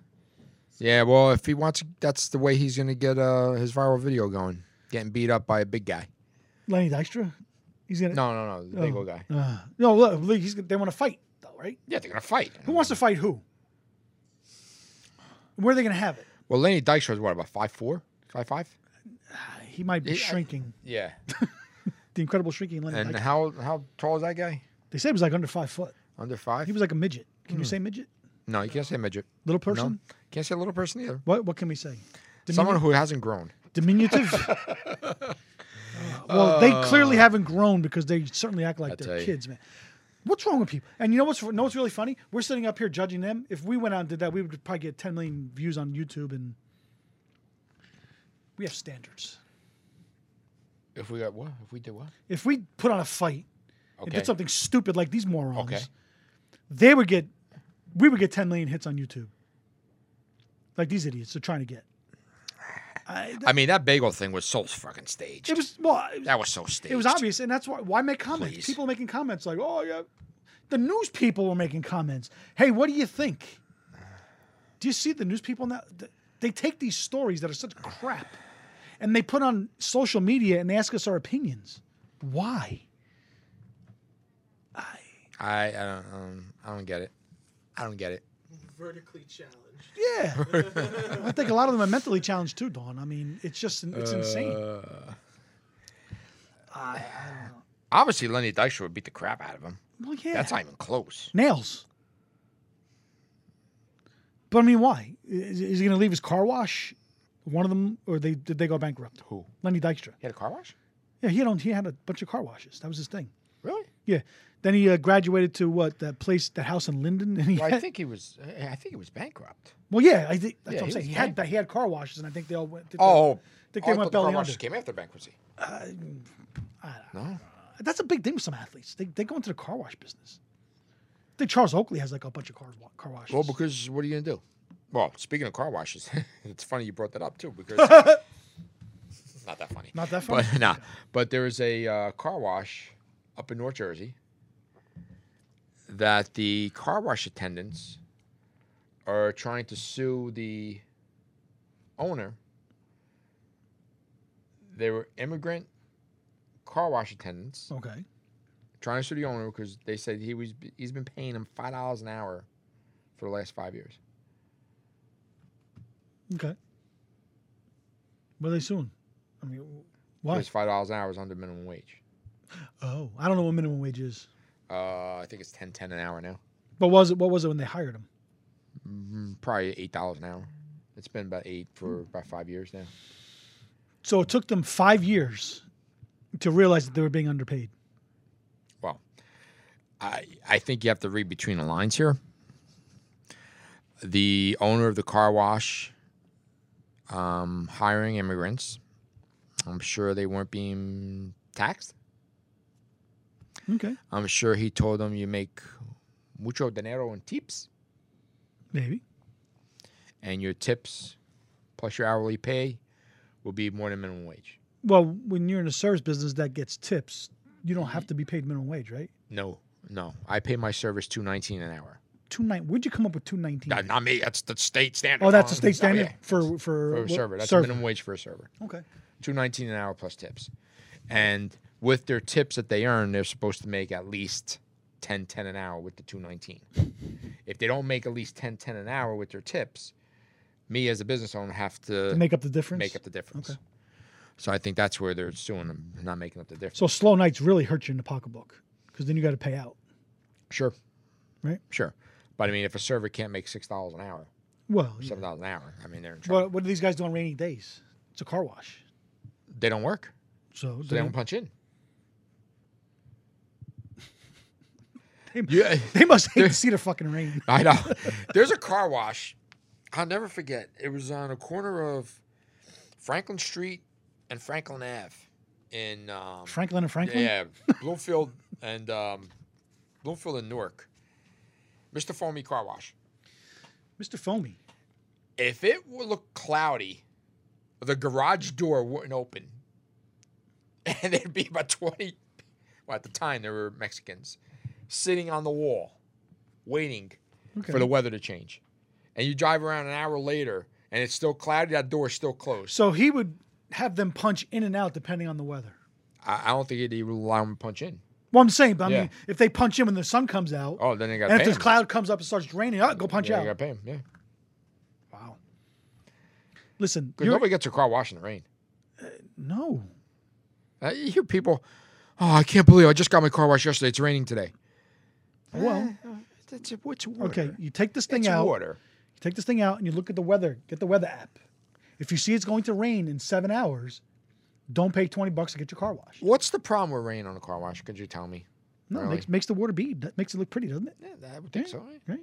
Speaker 2: Yeah, well, if he wants, that's the way he's going to get uh, his viral video going. Getting beat up by a big guy.
Speaker 1: Lenny Dykstra, he's gonna
Speaker 2: No, no, no, the big
Speaker 1: Oh.
Speaker 2: old guy.
Speaker 1: Uh, no, look, look, he's gonna- they want to fight though, right?
Speaker 2: Yeah, they're going to fight.
Speaker 1: Who wants to fight who? Where are they gonna have it?
Speaker 2: Well, Lenny Dykstra is what about five four, five five?
Speaker 1: Ah, He might be
Speaker 2: Yeah, I-
Speaker 1: shrinking.
Speaker 2: Yeah.
Speaker 1: the incredible shrinking Lenny
Speaker 2: And
Speaker 1: Dykstra.
Speaker 2: how how tall is that guy?
Speaker 1: They said he was like under five foot.
Speaker 2: Under five?
Speaker 1: He was like a midget. Can you say midget?
Speaker 2: no, you can't say midget.
Speaker 1: Little
Speaker 2: Hmm. No.
Speaker 1: person?
Speaker 2: can't say little person either.
Speaker 1: What what can we say? Diminu-
Speaker 2: Someone who hasn't grown.
Speaker 1: diminutive. Uh, well, they clearly haven't grown because they certainly act like
Speaker 2: Uh. I tell
Speaker 1: they're
Speaker 2: you.
Speaker 1: kids, man. What's wrong with people? And you know what's know what's really funny? We're sitting up here judging them. If we went out and did that, we would probably get 10 million views on YouTube, and we have standards.
Speaker 2: If we got what? If we did what?
Speaker 1: If we put on a fight and
Speaker 2: Okay.
Speaker 1: did something stupid like these morons,
Speaker 2: Okay.
Speaker 1: they would get we would get 10 million hits on YouTube. Like these idiots are trying to get. I,
Speaker 2: I mean, that bagel thing was so fucking staged.
Speaker 1: it was well. it was-
Speaker 2: that was so staged.
Speaker 1: It was obvious, and that's why. Why make comments?
Speaker 2: Please.
Speaker 1: People making comments like, "Oh yeah," the news people were making comments. Hey, what do you think? Do you see the news people now? th- They take these stories that are such crap, and they put on social media and they ask us our opinions. Why? I
Speaker 2: I I don't um, I don't get it. I don't get it.
Speaker 3: vertically challenged.
Speaker 1: Yeah. I think a lot of them are mentally challenged too, Dawn. I mean, it's just it's insane.
Speaker 2: Uh,
Speaker 1: I, I don't know.
Speaker 2: obviously, Lenny Dykstra would beat the crap out of him.
Speaker 1: Well, yeah.
Speaker 2: That's not even close.
Speaker 1: nails. But I mean, why is, is he going to leave his car wash? One of them, or they did they go bankrupt?
Speaker 2: Who?
Speaker 1: Lenny Dykstra.
Speaker 2: He had a car wash?
Speaker 1: Yeah, he had owned, he had a bunch of car washes. That was his thing.
Speaker 2: Really?
Speaker 1: Yeah. Then he uh, graduated to what that place, that house in Linden, and he.
Speaker 2: Well, I
Speaker 1: had-
Speaker 2: think he was. I think he was bankrupt.
Speaker 1: well, yeah, I think that's what
Speaker 2: Yeah,
Speaker 1: I'm
Speaker 2: he
Speaker 1: saying.
Speaker 2: was
Speaker 1: He had
Speaker 2: bank-
Speaker 1: that he had car washes, and I think they all went. did they-
Speaker 2: Oh,
Speaker 1: think
Speaker 2: oh,
Speaker 1: they went
Speaker 2: I thought the car
Speaker 1: belly
Speaker 2: washes
Speaker 1: under.
Speaker 2: came after bankruptcy. no.
Speaker 1: that's a big thing with some athletes. They they go into the car wash business. I think Charles Oakley has like a bunch of car wa- car washes.
Speaker 2: Well, because what are you gonna do? Well, speaking of car washes, it's funny you brought that up too because not that funny.
Speaker 1: Not that funny?
Speaker 2: But nah. But there is a uh, car wash up in North Jersey that the car wash attendants are trying to sue the owner. They were immigrant car wash attendants
Speaker 1: okay,
Speaker 2: trying to sue the owner because they said he was he's been paying him five dollars an hour for the last five years.
Speaker 1: okay. Were they suing? I mean, why?
Speaker 2: It's five dollars an hour is under minimum wage.
Speaker 1: Oh, I don't know what minimum wage is.
Speaker 2: Uh, I think it's ten ten an hour now.
Speaker 1: But was it what was it when they hired him?
Speaker 2: Mm, Probably eight dollars an hour. It's been about eight for about five years now.
Speaker 1: So it took them five years to realize that they were being underpaid.
Speaker 2: Well, I I think you have to read between the lines here. The owner of the car wash, um, hiring immigrants. I'm sure they weren't being taxed.
Speaker 1: Okay,
Speaker 2: I'm sure he told them you make mucho dinero en tips,
Speaker 1: maybe.
Speaker 2: and your tips plus your hourly pay will be more than minimum wage.
Speaker 1: Well, when you're in a service business that gets tips, you don't have to be paid minimum wage, right?
Speaker 2: No, no, I pay my service two nineteen an hour.
Speaker 1: Two nine. Where'd you come up with two nineteen?
Speaker 2: Not- Not me. That's the state standard.
Speaker 1: Oh, that's a
Speaker 2: Ron.
Speaker 1: state
Speaker 2: Oh, yeah.
Speaker 1: standard for for
Speaker 2: for a
Speaker 1: what-
Speaker 2: server. That's
Speaker 1: server.
Speaker 2: minimum wage for a server.
Speaker 1: Okay.
Speaker 2: Two nineteen an hour plus tips, and with their tips that they earn, they're supposed to make at least 10 10 an hour with the two nineteen. if they don't make at least 10 10 an hour with their tips, me as a business owner have
Speaker 1: To make up the difference.
Speaker 2: make up the difference.
Speaker 1: Okay.
Speaker 2: So I think that's where they're suing them, not making up the difference.
Speaker 1: So slow nights really hurt you in the pocketbook because then you got to pay out.
Speaker 2: sure,
Speaker 1: Right.
Speaker 2: Sure, but I mean, if a server can't make six dollars an hour,
Speaker 1: Well,
Speaker 2: seven dollars an hour, I mean, they're in trouble.
Speaker 1: what, what do these guys do on rainy days? It's a car wash.
Speaker 2: they don't work,
Speaker 1: So,
Speaker 2: so they don't punch in.
Speaker 1: They-
Speaker 2: yeah,
Speaker 1: they must hate to see the fucking rain.
Speaker 2: I know. There's a car wash. I'll never forget. It was on a corner of Franklin Street and Franklin Ave in um,
Speaker 1: Franklin and Franklin.
Speaker 2: Yeah, Bloomfield and um, Bloomfield and Newark. Mr. Foamy Car Wash.
Speaker 1: Mr. Foamy.
Speaker 2: If it would look cloudy, the garage door wouldn't open, and there'd be about twenty. Well, at the time there were Mexicans sitting on the wall, waiting
Speaker 1: Okay.
Speaker 2: for the weather to change. And you drive around an hour later and it's still cloudy, that door's still closed.
Speaker 1: so he would have them punch in and out depending on the weather.
Speaker 2: I, I don't think he'd even allow him to punch in.
Speaker 1: Well, I'm saying, but I
Speaker 2: Yeah.
Speaker 1: mean, if they punch in when the sun comes out,
Speaker 2: Oh, then they got to
Speaker 1: and
Speaker 2: pay
Speaker 1: if this
Speaker 2: him.
Speaker 1: cloud comes up and starts raining, oh, go punch
Speaker 2: yeah,
Speaker 1: out.
Speaker 2: got to pay him. Yeah.
Speaker 1: Wow. Listen,
Speaker 2: 'Cause
Speaker 1: you're-
Speaker 2: nobody gets a car wash in the rain.
Speaker 1: no.
Speaker 2: Uh, you hear people, oh, I can't believe I just got my car washed yesterday. It's raining today.
Speaker 1: Well,
Speaker 2: Eh, it's, it's water.
Speaker 1: okay, you take this thing
Speaker 2: It's
Speaker 1: out.
Speaker 2: water.
Speaker 1: You take this thing out and you look at the weather. Get the weather app. If you see it's going to rain in seven hours, don't pay twenty bucks to get your car washed.
Speaker 2: What's the problem with rain on a car wash? Could you tell me?
Speaker 1: No, it
Speaker 2: Really?
Speaker 1: makes makes the water bead. That makes it look pretty, doesn't it?
Speaker 2: Yeah, I would think so. Right?
Speaker 1: Right.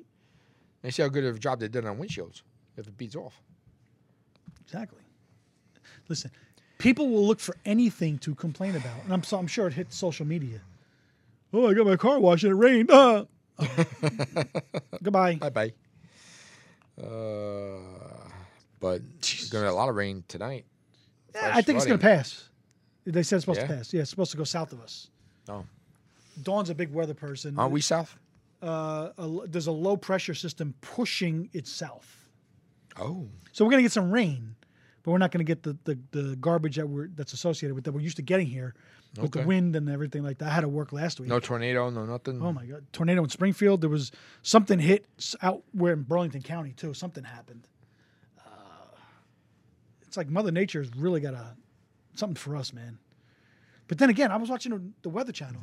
Speaker 2: They see how good of a job they did on windshields. If it beats off.
Speaker 1: Exactly. Listen, people will look for anything to complain about, and I'm so, I'm sure it hit social media. Oh, I got my car washed and it rained. Ah. Oh. Goodbye.
Speaker 2: Bye bye. Uh, but it's gonna be a lot of rain tonight.
Speaker 1: Yeah, I think it's going to
Speaker 2: Flooding.
Speaker 1: pass. They said it's supposed to
Speaker 2: Yeah?
Speaker 1: pass. Yeah, it's supposed to go south of us.
Speaker 2: Oh.
Speaker 1: Dawn's a big weather person.
Speaker 2: Aren't we south?
Speaker 1: Uh, a l- there's a low pressure system pushing it south.
Speaker 2: Oh,
Speaker 1: So we're going to get some rain, but but we're not going to get the, the the garbage that we're that's associated with that we're used to getting here with the
Speaker 2: Okay.
Speaker 1: wind and everything like that. I had to work last week.
Speaker 2: No tornado, no nothing.
Speaker 1: Oh my god, tornado in Springfield. There was something hit s- out where in Burlington County too. Something happened. Uh, it's like Mother Nature's really got a something for us, man. But then again, I was watching the Weather Channel.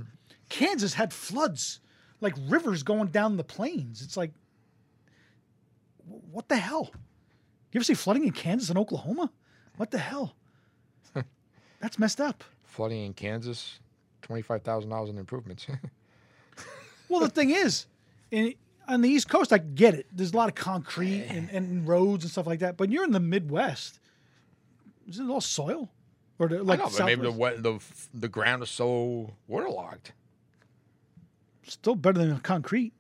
Speaker 1: Kansas had floods, like rivers going down the plains. It's like, wh- what the hell? You ever see flooding in Kansas and Oklahoma? What the hell? That's messed up.
Speaker 2: Flooding in Kansas, twenty-five thousand dollars in improvements.
Speaker 1: Well, the thing is, in, on the East Coast, I get it. There's a lot of concrete and,
Speaker 2: Eh.
Speaker 1: and roads and stuff like that. But you're in the Midwest. Isn't it all soil? Or the, like
Speaker 2: I know, but maybe the
Speaker 1: Southwest?
Speaker 2: wet, the f- the ground is so waterlogged.
Speaker 1: still better than concrete.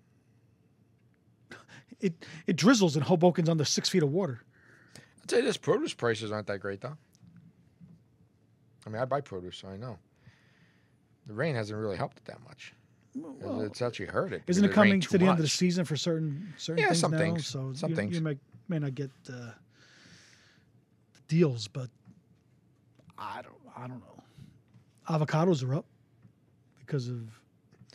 Speaker 1: It it drizzles and Hoboken's under six feet of water.
Speaker 2: I'll tell you this: produce prices aren't that great, though. I mean, I buy produce, so I know. The rain hasn't really helped it that much.
Speaker 1: Well,
Speaker 2: it's actually hurt it. because
Speaker 1: Isn't it
Speaker 2: rained
Speaker 1: coming
Speaker 2: too
Speaker 1: to the end of the
Speaker 2: much.
Speaker 1: season for certain certain
Speaker 2: Yeah,
Speaker 1: things
Speaker 2: some
Speaker 1: now?
Speaker 2: things.
Speaker 1: So
Speaker 2: Some
Speaker 1: you,
Speaker 2: things.
Speaker 1: you may may not get uh, the deals, but I don't I don't know. Avocados are up because of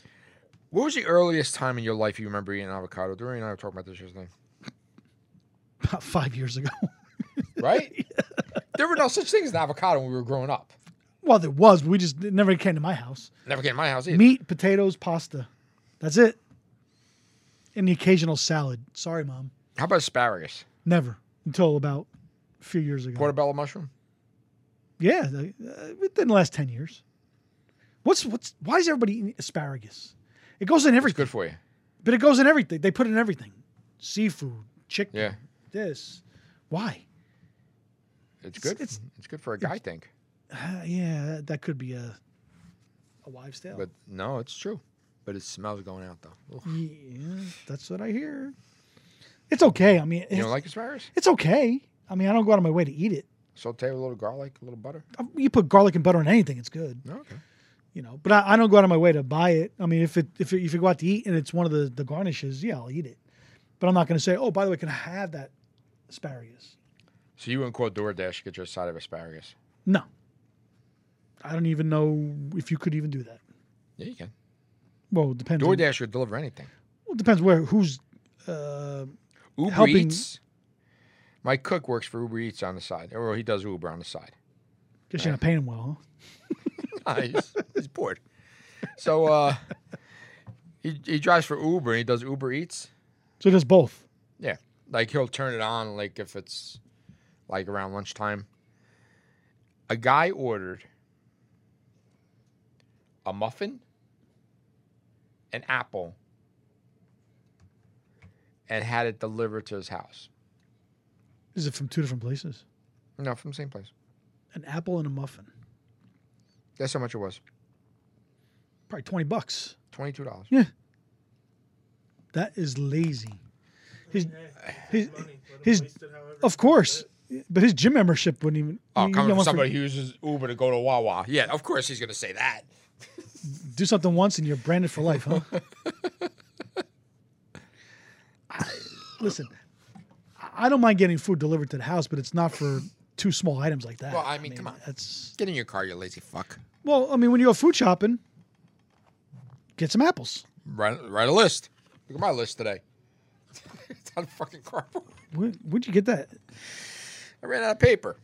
Speaker 2: What was the earliest time in your life you remember eating avocado? During and I were talking about this yesterday,
Speaker 1: about five years ago.
Speaker 2: right? There were no such things as an avocado when we were growing up.
Speaker 1: well, there was, but we just it never came to my house.
Speaker 2: Never came to my house either.
Speaker 1: Meat, potatoes, pasta. That's it. And the occasional salad. Sorry, mom.
Speaker 2: How about asparagus?
Speaker 1: Never until about a few years ago.
Speaker 2: Portobello mushroom?
Speaker 1: Yeah, the- uh, it didn't last ten years. What's what's why is everybody eating asparagus? It goes in
Speaker 2: It's
Speaker 1: everything,
Speaker 2: good for you.
Speaker 1: but it goes in everything. They put it in everything: seafood, chicken,
Speaker 2: Yeah,
Speaker 1: this. Why? It's-
Speaker 2: it's good. It's,
Speaker 1: it's-
Speaker 2: good for a guy, I think.
Speaker 1: Uh, yeah, that- that could be a a wives' tale.
Speaker 2: But no, it's true. But it smells going out though. Oof.
Speaker 1: yeah, that's what I hear. It's okay. I mean,
Speaker 2: You
Speaker 1: it's,
Speaker 2: don't like asparagus?
Speaker 1: it's okay. I mean, I don't go out of my way to eat it.
Speaker 2: Saute with a little garlic, a little butter.
Speaker 1: Uh, You put garlic and butter on anything, it's good.
Speaker 2: No, okay.
Speaker 1: you know. But I, I don't go out of my way to buy it. I mean, if it if it, if you go out to eat and it's one of the the garnishes, yeah, I'll eat it. But I'm not going to say, oh, by the way, can I have that asparagus?
Speaker 2: So you wouldn't call DoorDash to get your side of asparagus?
Speaker 1: No. I don't even know if you could even do that.
Speaker 2: Yeah, you can.
Speaker 1: Well, it depends. on-
Speaker 2: DoorDash would deliver anything.
Speaker 1: well, it depends where who's. Uh,
Speaker 2: Uber
Speaker 1: Helping-
Speaker 2: Eats. My cook works for Uber Eats on the side, or he does Uber on the side.
Speaker 1: guess you're not paying him well, huh?
Speaker 2: he's, he's bored. So uh, he he drives for Uber and he does Uber Eats.
Speaker 1: So he does both.
Speaker 2: Yeah, like he'll turn it on like if it's like around lunchtime. A guy ordered a muffin, an apple, and had it delivered to his house.
Speaker 1: Is it from two different places?
Speaker 2: No, from the same place.
Speaker 1: An apple and a muffin,
Speaker 2: That's how much it was.
Speaker 1: probably twenty bucks.
Speaker 2: Twenty-two dollars.
Speaker 1: That is lazy. His,
Speaker 3: Hey,
Speaker 1: his,
Speaker 3: money. Let 'em
Speaker 1: his-
Speaker 3: waste it however
Speaker 1: of
Speaker 3: they
Speaker 1: course,
Speaker 3: want
Speaker 1: but his gym membership wouldn't even.
Speaker 2: Oh,
Speaker 1: you- you
Speaker 2: coming
Speaker 1: get
Speaker 2: from
Speaker 1: one for-
Speaker 2: somebody who uses Uber to go to Wawa. Yeah, of course he's gonna say that.
Speaker 1: do something once and you're branded for life, huh? I- Listen, I- I don't mind getting food delivered to the house, but it's not for two small items like that.
Speaker 2: Well, I mean, come on.
Speaker 1: That's
Speaker 2: Get in your car, you lazy fuck.
Speaker 1: well, I mean, when you go food shopping, get some apples.
Speaker 2: Write, write a list. Look at my list today. it's on fucking cardboard.
Speaker 1: Where, where'd you get that?
Speaker 2: I ran out of paper.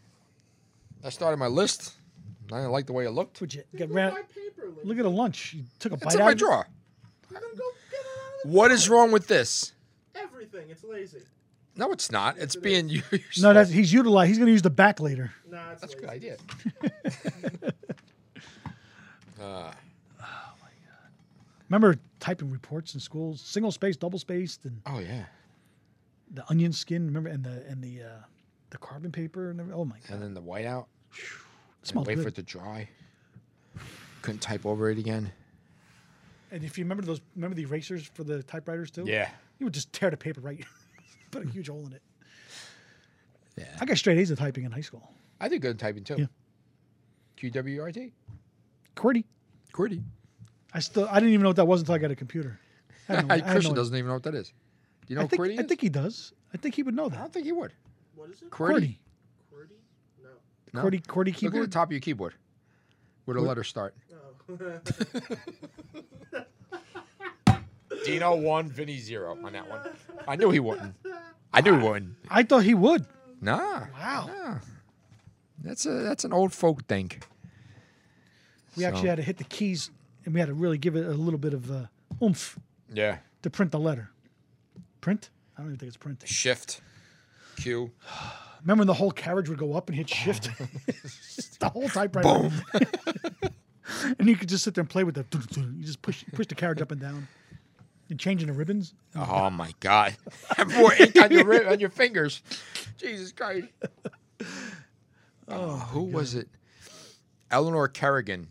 Speaker 2: I started my list. and I didn't like the way it looked.
Speaker 1: Would you get
Speaker 3: to.
Speaker 1: ran,
Speaker 3: Buy paper, Lee.
Speaker 1: look at a lunch. You took a bite
Speaker 2: It's in
Speaker 1: out
Speaker 2: my
Speaker 1: of it.
Speaker 2: drawer.
Speaker 3: You're gonna go get it out of the-
Speaker 2: What is wrong with this?
Speaker 3: Everything. It's lazy.
Speaker 2: No, it's not. It's being used.
Speaker 1: No, that's he's utilized. He's going to use the back later.
Speaker 3: Nah, it's
Speaker 2: That's a
Speaker 3: lazy.
Speaker 2: good idea. uh,
Speaker 1: Remember typing reports in school, single space, double spaced, and
Speaker 2: oh yeah.
Speaker 1: the onion skin. Remember, and the and the uh, the carbon paper and everything. Oh my god,
Speaker 2: And then the whiteout.
Speaker 1: it smells
Speaker 2: wait
Speaker 1: good.
Speaker 2: for it to dry. Couldn't type over it again.
Speaker 1: And if you remember those, remember the erasers for the typewriters too?
Speaker 2: Yeah.
Speaker 1: You would just tear the paper right, put a huge hole in it.
Speaker 2: Yeah.
Speaker 1: I got straight A's in typing in high school.
Speaker 2: I did good in typing too.
Speaker 1: Yeah.
Speaker 2: QWRT.
Speaker 1: QWERTY.
Speaker 2: QWERTY.
Speaker 1: I still, I didn't even know what that was until I got a computer. I had no- I had no
Speaker 2: Christian
Speaker 1: idea.
Speaker 2: doesn't even know what that is. Do you know
Speaker 1: I think,
Speaker 2: QWERTY?
Speaker 1: I
Speaker 2: is?
Speaker 1: think he does. I think he would know
Speaker 2: I
Speaker 1: that.
Speaker 2: don't think he would.
Speaker 3: What is it?
Speaker 2: QWERTY.
Speaker 1: QWERTY.
Speaker 3: QWERTY? No,
Speaker 2: No.
Speaker 1: QWERTY QWERTY
Speaker 2: Look at the
Speaker 1: keyboard.
Speaker 2: top of your keyboard. Where the
Speaker 1: What-
Speaker 2: letter start.
Speaker 3: Oh. No.
Speaker 2: Dino one, Vinny zero on that one. I knew he wouldn't. I knew he wouldn't.
Speaker 1: I thought he would.
Speaker 2: Nah.
Speaker 1: Wow.
Speaker 2: nah. That's a that's an old folk think.
Speaker 1: We actually
Speaker 2: So-
Speaker 1: had to hit the keys and we had to really give it a little bit of uh, oomph
Speaker 2: Yeah.
Speaker 1: to print the letter. Print? I don't even think it's printing.
Speaker 2: Shift. Q.
Speaker 1: Remember when the whole carriage would go up and hit shift? the whole typewriter.
Speaker 2: Boom.
Speaker 1: And you could just sit there and play with the. You just push push the carriage up and down. And changing the ribbons.
Speaker 2: Oh my God! Have more ink on your ri- on your fingers. Jesus Christ! Oh, who was it? Eleanor Kerrigan.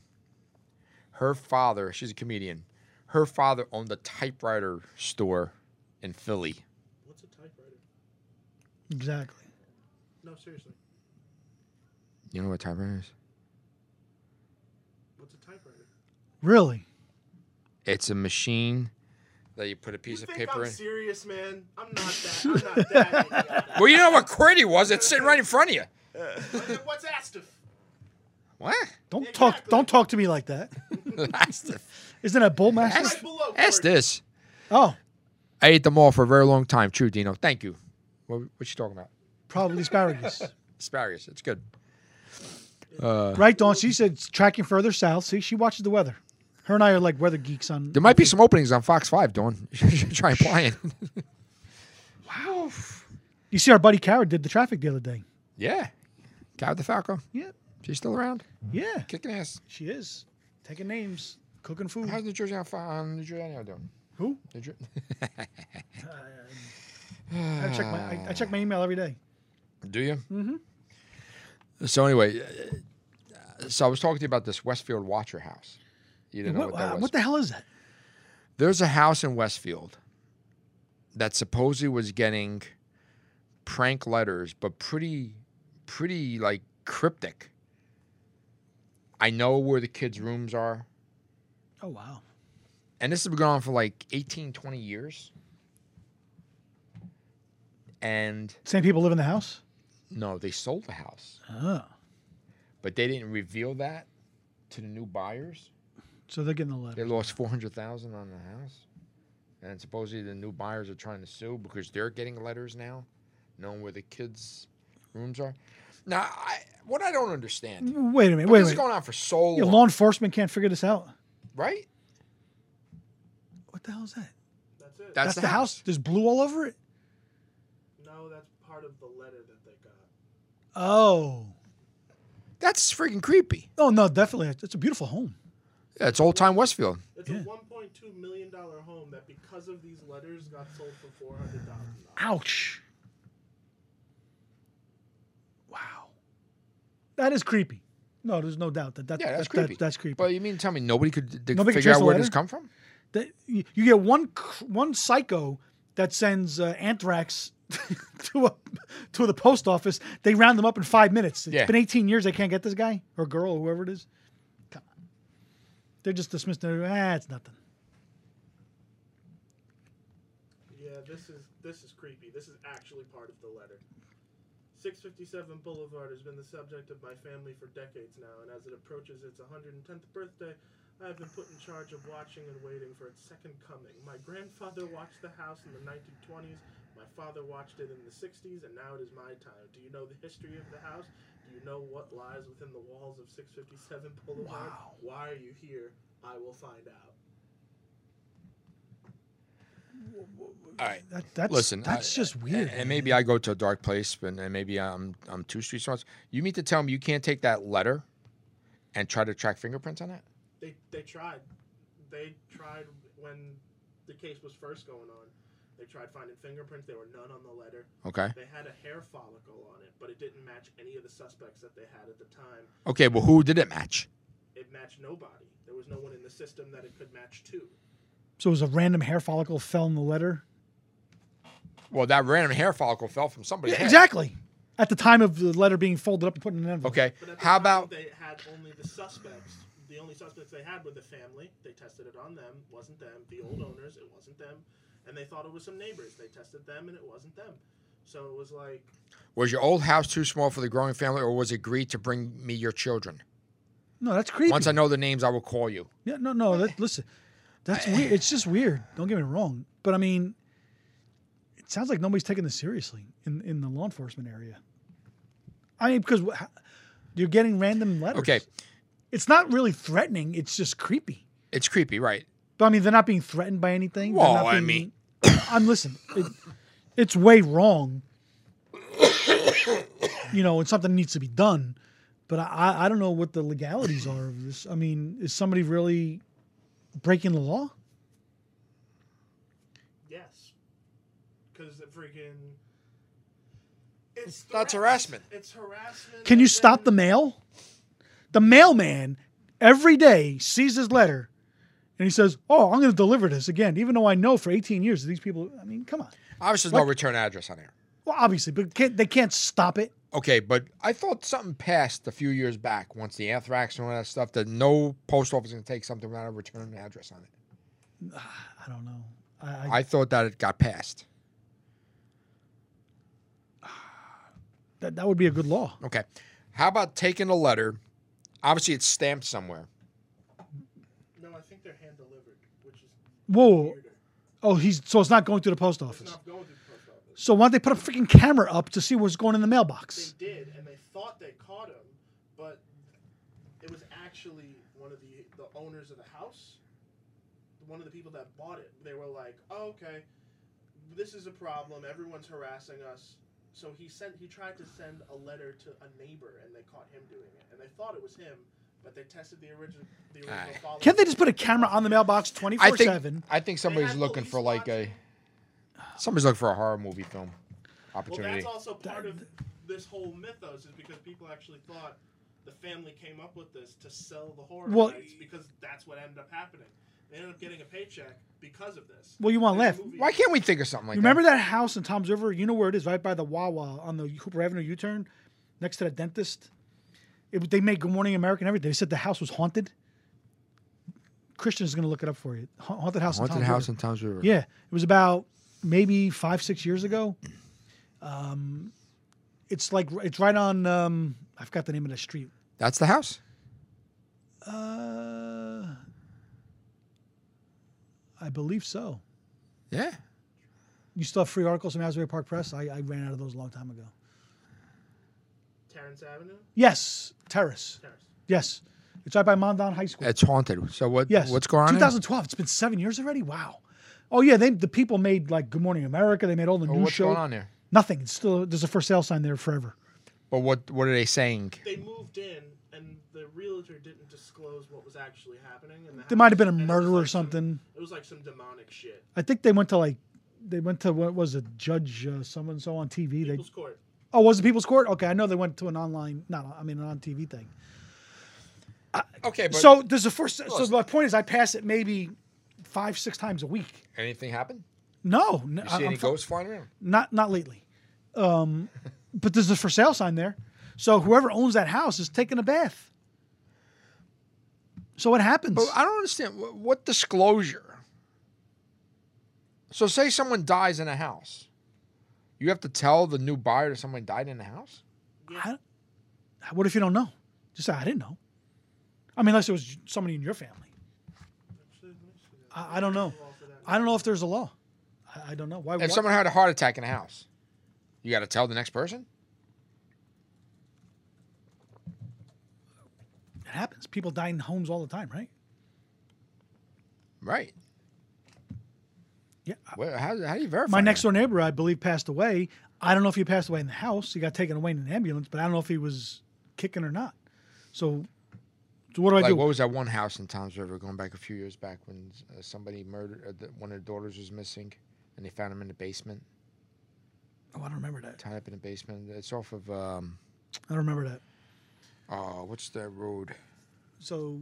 Speaker 2: Her father, she's a comedian. Her father owned a typewriter store in Philly.
Speaker 3: What's a typewriter?
Speaker 1: Exactly.
Speaker 3: No, seriously.
Speaker 2: You know what typewriter is?
Speaker 3: What's a typewriter?
Speaker 1: Really?
Speaker 2: It's a machine that you put a piece
Speaker 3: you
Speaker 2: of
Speaker 3: think
Speaker 2: paper
Speaker 3: I'm
Speaker 2: in.
Speaker 3: serious, man? I'm not that. I'm not that. idiotic.
Speaker 2: Well, you know what QWERTY was? It's sitting right in front of you.
Speaker 3: What's- What's Astaf?
Speaker 2: What?
Speaker 1: Don't talk.
Speaker 3: Exactly.
Speaker 1: Don't talk to me like that.
Speaker 2: That's the-
Speaker 1: Isn't that
Speaker 2: that's-
Speaker 1: Bullmaster?
Speaker 3: below
Speaker 2: that's
Speaker 3: QWERTY.
Speaker 2: this.
Speaker 1: Oh,
Speaker 2: I ate them all for a very long time. True, Dino. Thank you. What, what you talking about?
Speaker 1: probably asparagus.
Speaker 2: asparagus. It's good. Uh,
Speaker 1: right, Dawn. She said it's tracking further south. See, she watches the weather. Her and I are like weather geeks on.
Speaker 2: There might be some openings on Fox Five, Dawn. You should Try applying. wow.
Speaker 1: You see, our buddy Kara did the traffic the other day.
Speaker 2: Yeah. Cow the Falco.
Speaker 1: Yeah,
Speaker 2: She's still around,
Speaker 1: yeah,
Speaker 2: kicking ass.
Speaker 1: she is taking names, cooking food.
Speaker 2: How's New Jersey on, fi- on New Jersey Anyhow doing?
Speaker 1: Who?
Speaker 2: New Jer-
Speaker 1: I check my I, I check my email every day.
Speaker 2: Do you? Mm-hmm.
Speaker 1: Mm-hmm.
Speaker 2: So anyway, uh, so I was talking to you about this Westfield Watcher house. You didn't know
Speaker 1: What,
Speaker 2: what that
Speaker 1: uh,
Speaker 2: was.
Speaker 1: what the hell is that?
Speaker 2: There's a house in Westfield that supposedly was getting prank letters, but pretty, pretty like cryptic. I know where the kids' rooms are.
Speaker 1: Oh wow.
Speaker 2: And this has been going on for like 18, 20 years. And
Speaker 1: Same people live in the house.
Speaker 2: no, they sold the house,
Speaker 1: Oh,
Speaker 2: but they didn't reveal that to the new buyers.
Speaker 1: so they're getting the
Speaker 2: They
Speaker 1: letter.
Speaker 2: lost 400000 on the house. And supposedly the new buyers are trying to sue because they're getting letters now, knowing where the kids' rooms are. Now, I, what I don't understand,
Speaker 1: Wait a minute.
Speaker 2: but
Speaker 1: Wait a
Speaker 2: this is
Speaker 1: minute.
Speaker 2: going on for so long,
Speaker 1: Yeah, law enforcement can't figure this out.
Speaker 2: right?
Speaker 1: What the hell is that?
Speaker 3: That's it.
Speaker 2: That's
Speaker 1: That's
Speaker 2: the
Speaker 1: the, house. There's blue all over it.
Speaker 3: no, that's part of the letter that they got.
Speaker 1: Oh.
Speaker 2: That's freaking creepy.
Speaker 1: Oh no, definitely. It's a beautiful home.
Speaker 2: Yeah, it's old time Westfield.
Speaker 3: It's
Speaker 1: Yeah.
Speaker 3: a 1.2 million dollar home that, because of these letters, got sold for 400 thousand dollars.
Speaker 1: Ouch. Wow. That is creepy. No, there's no doubt that, that,
Speaker 2: Yeah, that's
Speaker 1: that- that-
Speaker 2: creepy.
Speaker 1: that's creepy.
Speaker 2: But you mean to tell me nobody could d- d-
Speaker 1: Nobody could
Speaker 2: figure
Speaker 1: trace
Speaker 2: out
Speaker 1: the
Speaker 2: where this
Speaker 1: letter?
Speaker 2: come from?
Speaker 1: That- you, you get one cr- one psycho that sends uh, anthrax to a, to the post office. They round them up in five minutes. It's
Speaker 2: Yeah.
Speaker 1: been 18 years. They can't get this guy or girl or whoever it is. Come on. They're just dismissed. They're, Ah, it's nothing.
Speaker 3: Yeah, this is this is creepy. This is actually part of the letter. 657 Boulevard has been the subject of my family for decades now, and as it approaches its 110th birthday, I have been put in charge of watching and waiting for its second coming. My grandfather watched the house in the 1920s, my father watched it in the 60s, and now it is my time. Do you know the history of the house? Do you know what lies within the walls of 657 Boulevard?
Speaker 1: Wow.
Speaker 3: Why are you here? I will find out.
Speaker 2: All right.
Speaker 1: That, that's
Speaker 2: Listen,
Speaker 1: that's
Speaker 2: I-
Speaker 1: just weird.
Speaker 2: And, and maybe I go to a dark place, and, and maybe I'm I'm two streets from us. You mean to tell me you can't take that letter and try to track fingerprints on it?
Speaker 3: they they tried they tried when the case was first going on they tried finding fingerprints there were none on the letter
Speaker 2: Okay.
Speaker 3: they had a hair follicle on it but it didn't match any of the suspects that they had at the time
Speaker 2: Okay. Well, who did it match?
Speaker 3: it matched nobody there was no one in the system that it could match to
Speaker 1: so it was a random hair follicle fell in the letter.
Speaker 2: Well, that random hair follicle fell from somebody's head.
Speaker 1: Exactly. At the time of the letter being folded up and put in an envelope.
Speaker 2: Okay.
Speaker 3: but at the
Speaker 2: How
Speaker 3: time,
Speaker 2: about
Speaker 3: they had only the suspects the only suspects they had were the family they tested it on them wasn't them the old owners it wasn't them and they thought it was some neighbors they tested them and it wasn't them So it was like,
Speaker 2: Was your old house too small for the growing family, or was it agreed to bring me your children?
Speaker 1: No, that's creepy.
Speaker 2: Once I know the names, I will call you.
Speaker 1: yeah, no, no. That, listen, that's weird. It's just weird. Don't get me wrong, but I mean, it sounds like nobody's taking this seriously in in the law enforcement area. I mean, because wha- you're getting random letters.
Speaker 2: Okay,
Speaker 1: it's not really threatening. It's just creepy.
Speaker 2: it's creepy, right?
Speaker 1: But I mean, they're not being threatened by anything. They're
Speaker 2: Well,
Speaker 1: not
Speaker 2: I
Speaker 1: being-
Speaker 2: mean-
Speaker 1: I'm listen. It, it's way wrong. you know, and something needs to be done. But I, I- I don't know what the legalities are of this. I mean, is somebody really breaking the law?
Speaker 3: yes, because the freaking. It's
Speaker 2: That's
Speaker 3: harass-
Speaker 2: harassment.
Speaker 3: It's harassment.
Speaker 1: Can you
Speaker 3: and
Speaker 1: stop the
Speaker 3: then-
Speaker 1: mail? The mailman every day sees his letter and he says, Oh, I'm going to deliver this again, even though I know for 18 years that these people, I mean, come on.
Speaker 2: Obviously, there's no return address on there.
Speaker 1: Well, obviously, but can't, they can't stop it.
Speaker 2: Okay, but I thought something passed a few years back once the anthrax and all that stuff that no post office can take something without a return address on it.
Speaker 1: I don't know. I, I,
Speaker 2: I thought that it got passed.
Speaker 1: that, that would be a good law.
Speaker 2: Okay. How about taking a letter? Obviously, it's stamped somewhere.
Speaker 3: No, I think they're hand delivered, which is
Speaker 1: Whoa.
Speaker 3: weirder.
Speaker 1: Oh, he's so it's not going through the post
Speaker 3: It's
Speaker 1: office.
Speaker 3: not going to the post office.
Speaker 1: So why don't they put a freaking camera up to see what's going in the mailbox?
Speaker 3: They did, and they thought they caught him, but it was actually one of the the owners of the house, one of the people that bought it. They were like, oh, "Okay, this is a problem. Everyone's harassing us." So he sent he tried to send a letter to a neighbor, and they caught him doing it, and they thought it was him. But they tested the original. The original
Speaker 2: Aye.
Speaker 3: follow-up.
Speaker 1: Can't they just put a camera on the mailbox twenty
Speaker 2: I
Speaker 1: four
Speaker 2: think
Speaker 1: seven?
Speaker 2: I think
Speaker 3: They had
Speaker 2: somebody's looking
Speaker 3: police
Speaker 2: for like a
Speaker 3: watching.
Speaker 2: somebody's looking for a horror movie film
Speaker 3: Well,
Speaker 2: opportunity.
Speaker 3: that's also part of this whole mythos is because people actually thought the family came up with this to sell the horror
Speaker 1: Well-
Speaker 3: rights because that's what ended up happening. They ended up getting a paycheck because of this.
Speaker 1: Well, you want to
Speaker 3: There's
Speaker 1: laugh?
Speaker 3: a movie-
Speaker 2: Why can't we think of something like
Speaker 1: Remember that house in Tom's River? You know where it is, right by the Wawa on the Cooper Avenue U turn, next to the dentist. It, was- they made Good Morning America and everything. They said the house was haunted. Christian's going to look it up for you. Ha- Haunted house.
Speaker 2: that?
Speaker 1: in Tom's
Speaker 2: Haunted
Speaker 1: River.
Speaker 2: House in Tom's River.
Speaker 1: Yeah, it was about maybe five, six years ago. Um, it's like it's right on. Um, I forgot the name of the street.
Speaker 2: That's the house.
Speaker 1: Uh, I believe so.
Speaker 2: Yeah.
Speaker 1: You still have free articles from Asbury Park Press. I, I ran out of those a long time ago.
Speaker 3: Terrence Avenue?
Speaker 1: Yes, Terrace.
Speaker 3: Terrence.
Speaker 1: Yes, it's right by Mondon High School.
Speaker 2: It's haunted. So what
Speaker 1: Yes.
Speaker 2: Uh, what's going on? there?
Speaker 1: 2012. It's been seven years already. Wow. Oh yeah, they the people made like Good Morning America. They made all the
Speaker 2: Well,
Speaker 1: news
Speaker 2: Oh, what's
Speaker 1: shows.
Speaker 2: going on there?
Speaker 1: Nothing. It's still there's a for sale sign there forever.
Speaker 2: But what what are they saying?
Speaker 3: They moved in, and the realtor didn't disclose what was actually happening. In the
Speaker 1: There might have been a
Speaker 3: house, and it was
Speaker 1: murder or
Speaker 3: like some-
Speaker 1: something.
Speaker 3: it was like some demonic shit.
Speaker 1: I think they went to like they went to what was it judge uh, someone so on TV. They
Speaker 3: People's Court.
Speaker 1: oh was it People's Court? Okay, I know they went to an online not I mean an on TV thing.
Speaker 2: Okay, but
Speaker 1: so there's a first. So
Speaker 2: Listen.
Speaker 1: my point is, I pass it maybe five six times a week.
Speaker 2: anything happen?
Speaker 1: No, n-
Speaker 2: You
Speaker 1: I-
Speaker 2: see
Speaker 1: I'm
Speaker 2: any
Speaker 1: fi-
Speaker 2: ghosts flying around?
Speaker 1: not not lately. Um, but there's a for sale sign there. So whoever owns that house is taking a bath. So what happens?
Speaker 2: But I don't understand what, what disclosure. So, say someone dies in a house, you have to tell the new buyer that someone died in the house.
Speaker 1: I- what if you don't know? Just say I didn't know. I mean, unless it was somebody in your family.
Speaker 3: Actually, let me see that.
Speaker 1: I, I don't know.
Speaker 3: Well, for that-
Speaker 1: I don't know if there's a law. I, I don't know why.
Speaker 2: If
Speaker 1: why-
Speaker 2: someone had a heart attack in a house, you got to tell the next person.
Speaker 1: it happens. People die in homes all the time, right?
Speaker 2: Right.
Speaker 1: Yeah.
Speaker 2: Well, how, how do you verify?
Speaker 1: My next
Speaker 2: that?
Speaker 1: door neighbor, I believe, passed away. I don't know if he passed away in the house. He got taken away in an ambulance, but I don't know if he was kicking or not. So, so what do I
Speaker 2: Like,
Speaker 1: do?
Speaker 2: what was that one house in Tom's River going back a few years back when uh, somebody murdered, uh, the- one of the daughters was missing and they found him in the basement,
Speaker 1: oh, I don't remember that.
Speaker 2: tied up in the basement? It's off of, um,
Speaker 1: I don't remember that.
Speaker 2: oh, what's that road?
Speaker 1: So,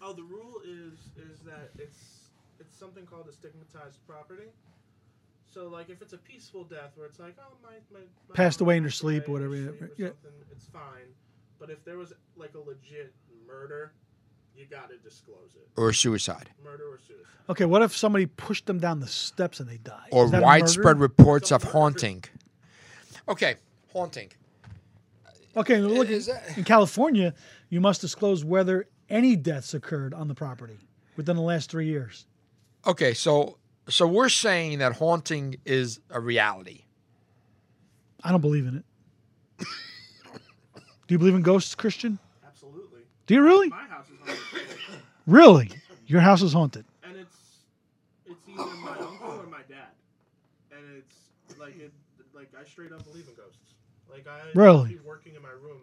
Speaker 3: Oh, the rule is is that it's it's something called a stigmatized property. So like if it's a peaceful death where it's like oh my my, my
Speaker 1: Passed
Speaker 3: mom
Speaker 1: away in her
Speaker 3: passed
Speaker 1: sleep or
Speaker 3: away in her
Speaker 1: whatever, yeah,
Speaker 3: sleep or
Speaker 1: yeah.
Speaker 3: something, it's fine. But if there was like a legit murder, you gotta disclose it.
Speaker 2: Or suicide.
Speaker 3: Murder or suicide.
Speaker 1: okay, what if somebody pushed them down the steps and they died?
Speaker 2: or
Speaker 1: Is that a
Speaker 2: widespread
Speaker 1: murder?
Speaker 2: reports of
Speaker 3: Something like that.
Speaker 2: haunting. Okay, haunting.
Speaker 1: Okay, now look,
Speaker 2: Is that-
Speaker 1: in California, you must disclose whether any deaths occurred on the property within the last three years.
Speaker 2: Okay, so so we're saying that haunting is a reality.
Speaker 1: I don't believe in it. Do you believe in ghosts, Christian?
Speaker 3: Absolutely.
Speaker 1: Do you really?
Speaker 3: My house is haunted.
Speaker 1: Really? Your house is haunted.
Speaker 3: and it's it's either my uncle or my dad, and it's like it like I straight up believe in ghosts. Like I
Speaker 1: Really?
Speaker 3: be working in my room,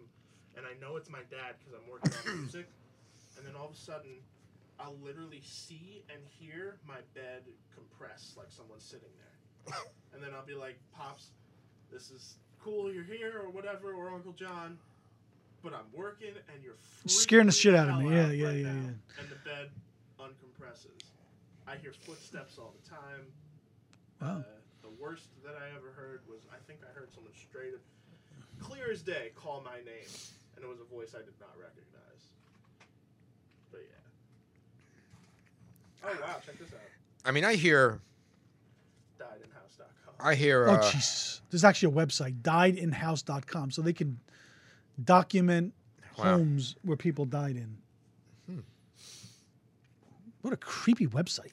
Speaker 3: and I know it's my dad because I'm working on music, and then all of a sudden, I literally see and hear my bed compress like someone's sitting there, and then I'll be like, "Pops, this is cool, you're here or whatever," or Uncle John. But I'm working and you're freaking
Speaker 1: Scaring the shit out of me. Yeah,
Speaker 3: hell out
Speaker 1: yeah,
Speaker 3: right
Speaker 1: yeah,
Speaker 3: now." And the bed uncompresses. I hear footsteps all the time.
Speaker 1: Wow.
Speaker 3: Uh, the worst that I ever heard was I think I heard someone straight up, clear as day, call my name, and it was a voice I did not recognize. But yeah. Oh wow! Check this out.
Speaker 2: I mean, I hear
Speaker 3: Diedinhouse.com.
Speaker 2: I hear
Speaker 1: Oh,
Speaker 2: uh,
Speaker 1: Jesus. There's actually a website, diedinhouse.com, so they can document
Speaker 2: Wow.
Speaker 1: homes where people died in. What a creepy website.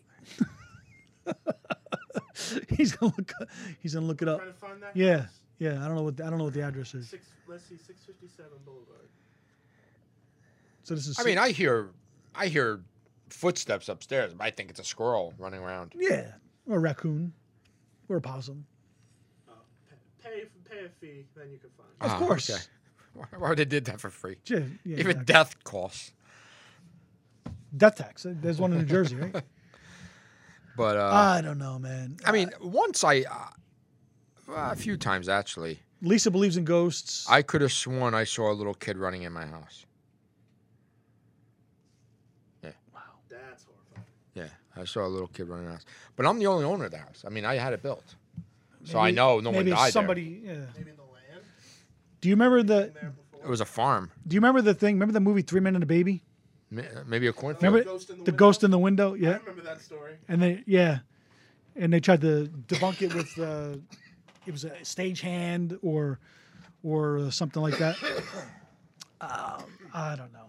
Speaker 1: he's gonna look. He's gonna look it up.
Speaker 3: Trying to find that.
Speaker 1: Yeah,
Speaker 3: house.
Speaker 1: yeah. I don't know what I don't know what the address is.
Speaker 3: Six. Let's see. Six fifty-seven Boulevard.
Speaker 1: So this is.
Speaker 2: I mean, I hear I hear footsteps upstairs. but I think it's a squirrel running around.
Speaker 1: yeah, or a raccoon, or a possum.
Speaker 3: Oh, pa- pay pay a fee, then you can find. it.
Speaker 1: Of
Speaker 2: Ah,
Speaker 1: course.
Speaker 2: okay. Why- Why they did that for free?
Speaker 1: Yeah, yeah,
Speaker 2: Even
Speaker 1: exactly.
Speaker 2: death costs.
Speaker 1: death tax. There's one in New Jersey, right?
Speaker 2: But uh,
Speaker 1: I don't know, man.
Speaker 2: I mean, once I uh, a few times actually,
Speaker 1: Lisa believes in ghosts.
Speaker 2: I could have sworn I saw a little kid running in my house.
Speaker 1: Oh.
Speaker 3: That's horrifying.
Speaker 2: Yeah, I saw a little kid running out. But I'm the only owner of the house. I mean, I had it built, so I
Speaker 1: Maybe-
Speaker 2: know no one
Speaker 1: maybe
Speaker 2: died
Speaker 1: somebody. Yeah.
Speaker 3: Maybe the land
Speaker 1: Do you remember the?
Speaker 3: there
Speaker 2: there. It
Speaker 3: before.
Speaker 2: was a farm,
Speaker 1: Do you remember the thing? Remember the movie Three Men and a Baby?
Speaker 2: M- maybe a cornfield.
Speaker 1: Remember
Speaker 3: Ghost in the
Speaker 1: the
Speaker 3: Window?
Speaker 1: ghost in the window?
Speaker 3: I
Speaker 1: Yeah.
Speaker 3: remember that story.
Speaker 1: and they yeah, and they tried to debunk it with uh, it was a stagehand or or something like that. Um, I don't know.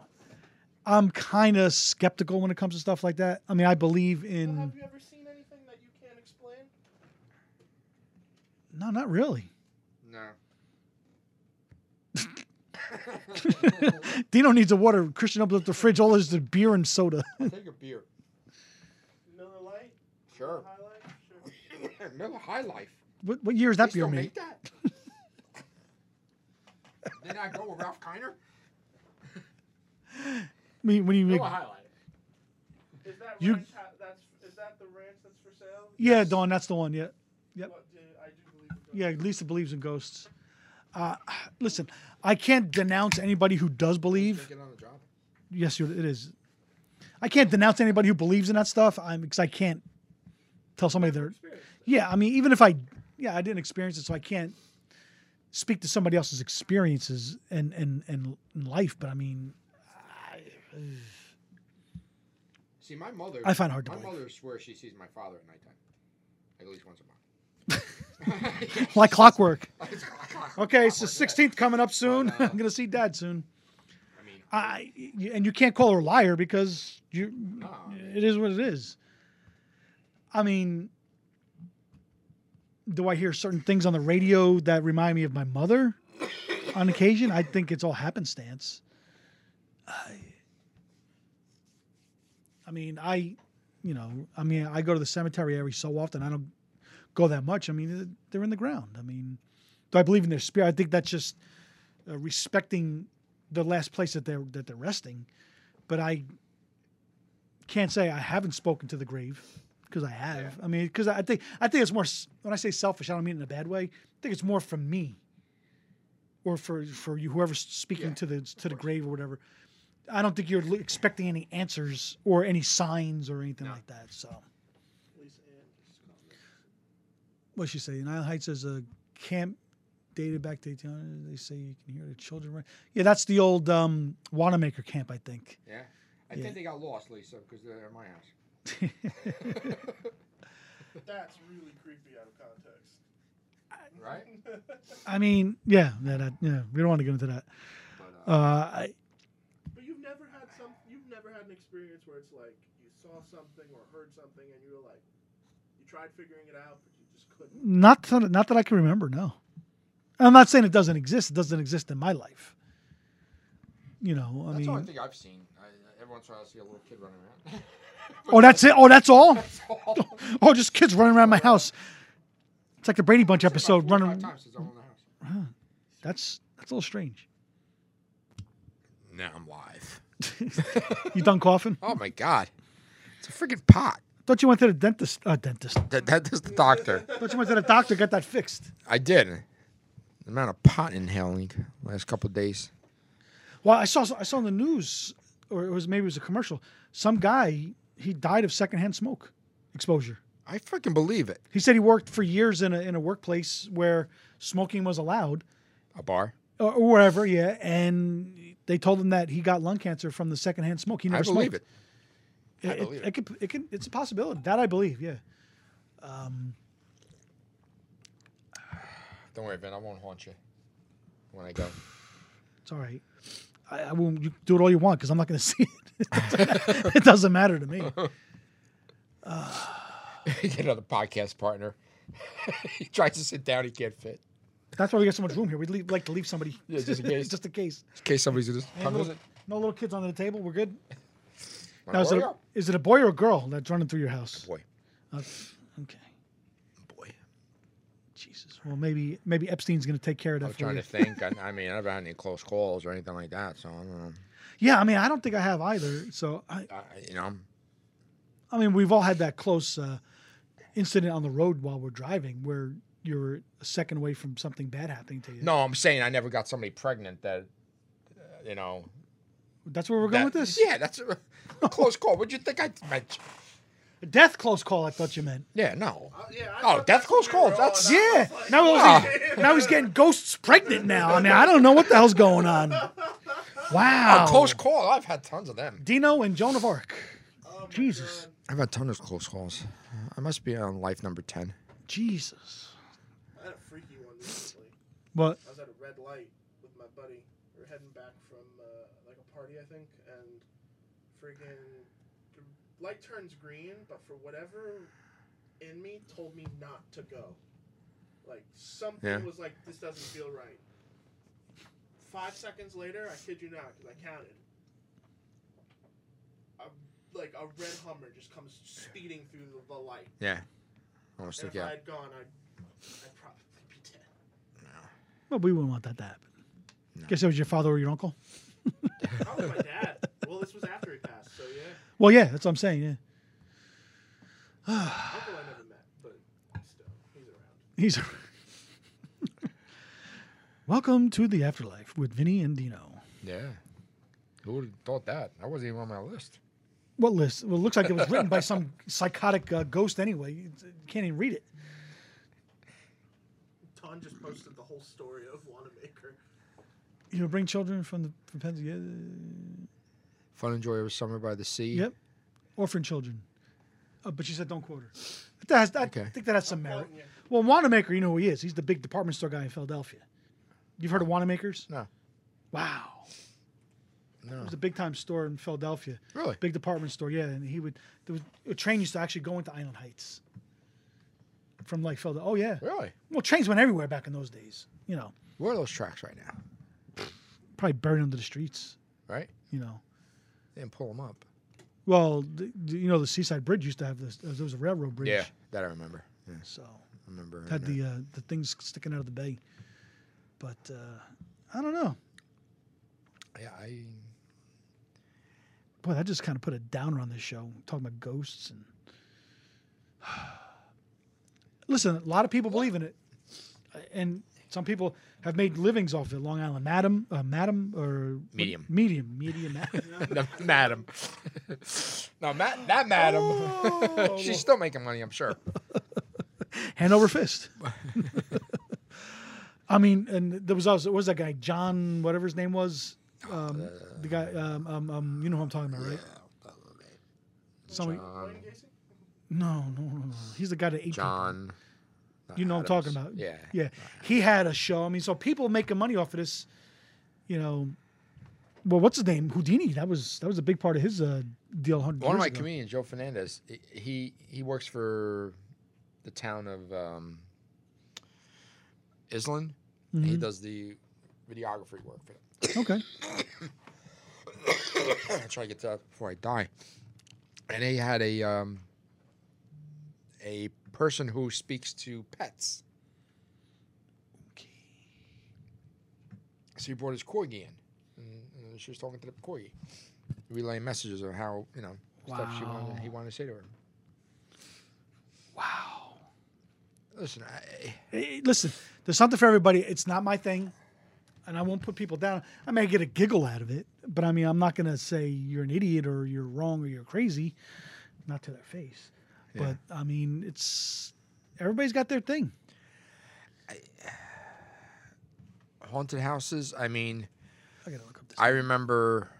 Speaker 1: I'm kind of skeptical when it comes to stuff like that. I mean, I believe
Speaker 3: Well,
Speaker 1: in
Speaker 3: have you ever seen anything that you can't explain?
Speaker 1: no, not really.
Speaker 2: No.
Speaker 1: Dino needs a water. Christian opens up the fridge. All there's is beer and soda.
Speaker 2: Take a beer.
Speaker 3: Miller Lite?
Speaker 2: Sure.
Speaker 3: Highlight? Sure.
Speaker 2: Miller High Life.
Speaker 1: What, what year is that beer made?
Speaker 2: that. Did I go with Ralph Kiner?
Speaker 1: I mean, when you make,
Speaker 2: High Life.
Speaker 3: Is that
Speaker 1: You-
Speaker 3: ranch? ha- that's is that the ranch that's for sale?
Speaker 1: yeah, Dawn, that's the one. Yeah. Yep.
Speaker 3: What, do, I do believe in ghosts.
Speaker 1: Yeah, Lisa believes in ghosts. Uh, listen, I can't denounce anybody who does believe.
Speaker 2: Get on the job.
Speaker 1: Yes, you- it is. I can't denounce anybody who believes in that stuff. I'm because I can't tell somebody they're.
Speaker 3: Experience.
Speaker 1: Yeah, I mean, even if I, yeah, I didn't experience it, so I can't speak to somebody else's experiences and and and in life. But I mean,
Speaker 2: See, my mother.
Speaker 1: I find it hard to
Speaker 2: My
Speaker 1: believe.
Speaker 2: mother swears she sees my father at nighttime, at least once a month.
Speaker 1: like clockwork.
Speaker 2: It's clockwork.
Speaker 1: Okay,
Speaker 2: Clockwork, yeah.
Speaker 1: so 16th coming up soon.
Speaker 2: But, uh,
Speaker 1: I'm gonna see Dad soon.
Speaker 2: I mean,
Speaker 1: I and you can't call her a liar because you.
Speaker 2: no, I mean,
Speaker 1: It is what it is. I mean, do I hear certain things on the radio that remind me of my mother on occasion? I think it's all happenstance. I, I mean, I, you know, I mean, I go to the cemetery every so often. I don't go that much. I mean, they're in the ground. I mean, do I believe in their spirit? I think that's just uh, respecting the last place that they're that they're resting. But I can't say I haven't spoken to the grave because I have. I mean, because I think I think it's more s- when I say selfish, I don't mean it in a bad way. I think it's more for me or for for you whoever's speaking
Speaker 2: Yeah,
Speaker 1: to the to the grave or whatever. I don't think you're lo- expecting any answers or any signs or anything like that. So,
Speaker 3: Lisa Ann just called me.
Speaker 1: what she say? In Island Heights is a camp dated back to 1800. They say you can hear the children. run- Yeah, that's the old um, Wanamaker camp, I think.
Speaker 2: yeah. I
Speaker 1: Yeah.
Speaker 2: think they got lost, Lisa, because they're at my house.
Speaker 3: That's really creepy out of context.
Speaker 2: right?
Speaker 1: I mean, yeah, that, that- yeah, we don't want to get into that.
Speaker 2: But,
Speaker 1: Uh, I,
Speaker 3: But you've never had some. You've never had an experience where it's like you saw something or heard something, and you were like, you tried figuring it out, but you just couldn't.
Speaker 1: not that, not that I can remember. No, I'm not saying it doesn't exist. It doesn't exist in my life. You know, I
Speaker 2: that's
Speaker 1: mean,
Speaker 2: all I think I've seen. I, I- every once in a while, I see a little kid running around.
Speaker 1: oh, that's it. Oh, that's all.
Speaker 2: That's all.
Speaker 1: Oh, just kids running around my house. It's like the Brady Bunch
Speaker 2: It's about
Speaker 1: episode
Speaker 2: four or five
Speaker 1: running.
Speaker 2: times since I owned the house.
Speaker 1: That's that's a little strange.
Speaker 2: Now I'm live.
Speaker 1: You done coughing?
Speaker 2: Oh my god, it's a freaking pot.
Speaker 1: Thought you went to the dentist. Uh, dentist.
Speaker 2: That that is the doctor.
Speaker 1: Thought you went to the doctor. Got that fixed.
Speaker 2: I did. The amount of pot inhaling last couple of days.
Speaker 1: Well, I saw I saw on the news, or it was maybe it was a commercial. Some guy he died of secondhand smoke exposure.
Speaker 2: I freaking believe it.
Speaker 1: He said he worked for years in a in a workplace where smoking was allowed,
Speaker 2: A bar.
Speaker 1: or, or wherever. Yeah, and they told him that he got lung cancer from the secondhand smoke. He never
Speaker 2: I believe
Speaker 1: smoked.
Speaker 2: it. I
Speaker 1: It,
Speaker 2: believe
Speaker 1: it, could, it could, it's a possibility. That I believe. Yeah.
Speaker 2: Don't worry, Vin. I won't haunt you when I go.
Speaker 1: It's all right. I, I will you do it all you want because I'm not going to see it. it doesn't matter to me.
Speaker 2: Get another podcast partner. he tries to sit down. He can't fit.
Speaker 1: That's why we got so much room here. We'd leave, like to leave somebody
Speaker 2: Yeah, just in case.
Speaker 1: just in case.
Speaker 2: In case somebody's gonna
Speaker 1: Hey,
Speaker 2: come
Speaker 1: little-
Speaker 2: visit.
Speaker 1: no little kids under the table. We're good.
Speaker 2: Wanna
Speaker 1: Now, is, it
Speaker 2: hurry
Speaker 1: a,
Speaker 2: up?
Speaker 1: is it a boy or a girl that's running through your house?
Speaker 2: Boy,
Speaker 1: Uh, okay.
Speaker 2: boy.
Speaker 1: Jesus. Well, maybe maybe Epstein's going to take care of that
Speaker 2: I'm
Speaker 1: for
Speaker 2: trying
Speaker 1: you.
Speaker 2: to think. I, I mean, I haven't had any close calls or anything like that. So I don't know.
Speaker 1: Yeah, I mean, I don't think I have either. So, I,
Speaker 2: I, you know,
Speaker 1: I mean, we've all had that close uh, incident on the road while we're driving where you're a second away from something bad happening to you.
Speaker 2: no, I'm saying I never got somebody pregnant that, uh, you know.
Speaker 1: That's where we're going with
Speaker 2: that-
Speaker 1: this?
Speaker 2: Yeah, that's a a close call. What'd you think I meant?
Speaker 1: Death close call, I thought you meant.
Speaker 2: Yeah, no.
Speaker 3: Uh, yeah, I
Speaker 2: Oh, death
Speaker 3: thought that's
Speaker 2: close
Speaker 3: what we were
Speaker 2: calls, that's-
Speaker 3: on. I was
Speaker 1: Yeah.
Speaker 3: like-
Speaker 1: Now,
Speaker 2: Ah.
Speaker 1: he's getting, now he's getting ghosts pregnant now. I mean, I don't know what the hell's going on. Wow.
Speaker 2: A close call. I've had tons of them.
Speaker 1: Dino and Joan of Arc.
Speaker 3: Oh my
Speaker 1: Jesus.
Speaker 3: God.
Speaker 2: I've had tons of close calls. I must be on life number ten.
Speaker 1: Jesus.
Speaker 3: I had a freaky one recently.
Speaker 1: But
Speaker 3: I was at a red light with my buddy. We were heading back from uh, like a party, I think, and friggin' the light turns green, but for whatever in me told me not to go. Like something
Speaker 2: Yeah.
Speaker 3: was like, this doesn't feel right. Five seconds later, I kid you not, because I counted. A, like a red Hummer just comes speeding through the, the light.
Speaker 2: Yeah. Almost
Speaker 3: And
Speaker 2: took
Speaker 3: if
Speaker 2: you
Speaker 3: I
Speaker 2: out.
Speaker 3: had gone, I'd, I'd probably be dead.
Speaker 1: well, we wouldn't want that to happen. Guess it was your father or your uncle.
Speaker 3: Probably my dad. Well, this was after he passed, so yeah.
Speaker 1: Well, yeah, that's what I'm saying. Yeah,
Speaker 3: Uncle I never met, but still, he's around.
Speaker 1: he's. Welcome to the afterlife with Vinny and Dino.
Speaker 2: Yeah. Who would have thought that? That wasn't even on my list.
Speaker 1: What list? Well, it looks like it was written by some psychotic uh, ghost. Anyway, you can't even read it.
Speaker 3: Ton just posted the whole story of Wanamaker.
Speaker 1: You know, bring children from the from Pens- yeah,
Speaker 2: Fun and joy of summer by the sea.
Speaker 1: Yep. Orphan children. Uh, but she said don't quote her. That has, that, I
Speaker 2: Okay.
Speaker 1: think that has some merit.
Speaker 3: quoting you.
Speaker 1: Well, Wanamaker, you know who he is. He's the big department store guy in Philadelphia. You've heard of Wanamakers?
Speaker 2: No.
Speaker 1: Wow. It
Speaker 2: No.
Speaker 1: was a big time store in Philadelphia.
Speaker 2: Really?
Speaker 1: Big department store, yeah. And he would, there was, a train used to actually go into Island Heights from like Philadelphia. Oh, yeah.
Speaker 2: Really?
Speaker 1: Well, trains went everywhere back in those days, you know,
Speaker 2: Where are those tracks right now?
Speaker 1: probably buried under the streets,
Speaker 2: Right?
Speaker 1: you know.
Speaker 2: They didn't pull them up.
Speaker 1: Well, the, the- you know, the Seaside Bridge used to have this, uh, there was a railroad bridge.
Speaker 2: Yeah. That I remember. Yeah.
Speaker 1: So.
Speaker 2: I remember.
Speaker 1: had
Speaker 2: hearing
Speaker 1: the uh, the things sticking out of the bay. But uh, I don't know.
Speaker 2: that. Yeah, I.
Speaker 1: Boy, that just kind of put a downer on this show. Talking about ghosts and listen, a lot of people believe in it, and some people have made livings off it. Long Island Madam, uh, Madam, or
Speaker 2: Medium.
Speaker 1: Medium, Medium. Madam.
Speaker 2: No, madam. no, ma- not madam.
Speaker 1: Oh.
Speaker 2: She's still making money, I'm sure.
Speaker 1: hand over fist. I mean, and there was also what was that guy John, whatever his name was, um, the guy. Um, um, um, you know who I'm talking about, right? Somebody,
Speaker 3: Wayne Gacy?
Speaker 1: No, no, no, no. He's the guy that ate people.
Speaker 2: John.
Speaker 1: You know what I'm talking
Speaker 2: Adams.
Speaker 1: about.
Speaker 2: Yeah.
Speaker 1: Yeah. He had a show. I mean, so people making money off of this, you know. Well, what's his name? Houdini. That was that was a big part of his uh, deal. 100
Speaker 2: One of
Speaker 1: years
Speaker 2: my
Speaker 1: ago.
Speaker 2: comedians, Joe Fernandez, he- he he works for the town of um, Island. and He
Speaker 1: Mhm.
Speaker 2: does the videography work for them.
Speaker 1: Mm-hmm. Okay.
Speaker 2: I try to get to that before I die. And he had a um, a person who speaks to pets. So he brought his corgi in, and, and she was talking to the corgi, relaying messages of how you know stuff she wanted, he
Speaker 1: Wow.
Speaker 2: wanted to say to her.
Speaker 1: Wow.
Speaker 2: Listen, I,
Speaker 1: Hey, listen, there's something for everybody. It's not my thing, and I won't put people down. I may get a giggle out of it, but I mean, I'm not going to say you're an idiot or you're wrong or you're crazy, not to their face.
Speaker 2: Yeah.
Speaker 1: But I mean, it's everybody's got their thing.
Speaker 2: haunted houses. I mean,
Speaker 1: I got to look up this.
Speaker 2: I remember.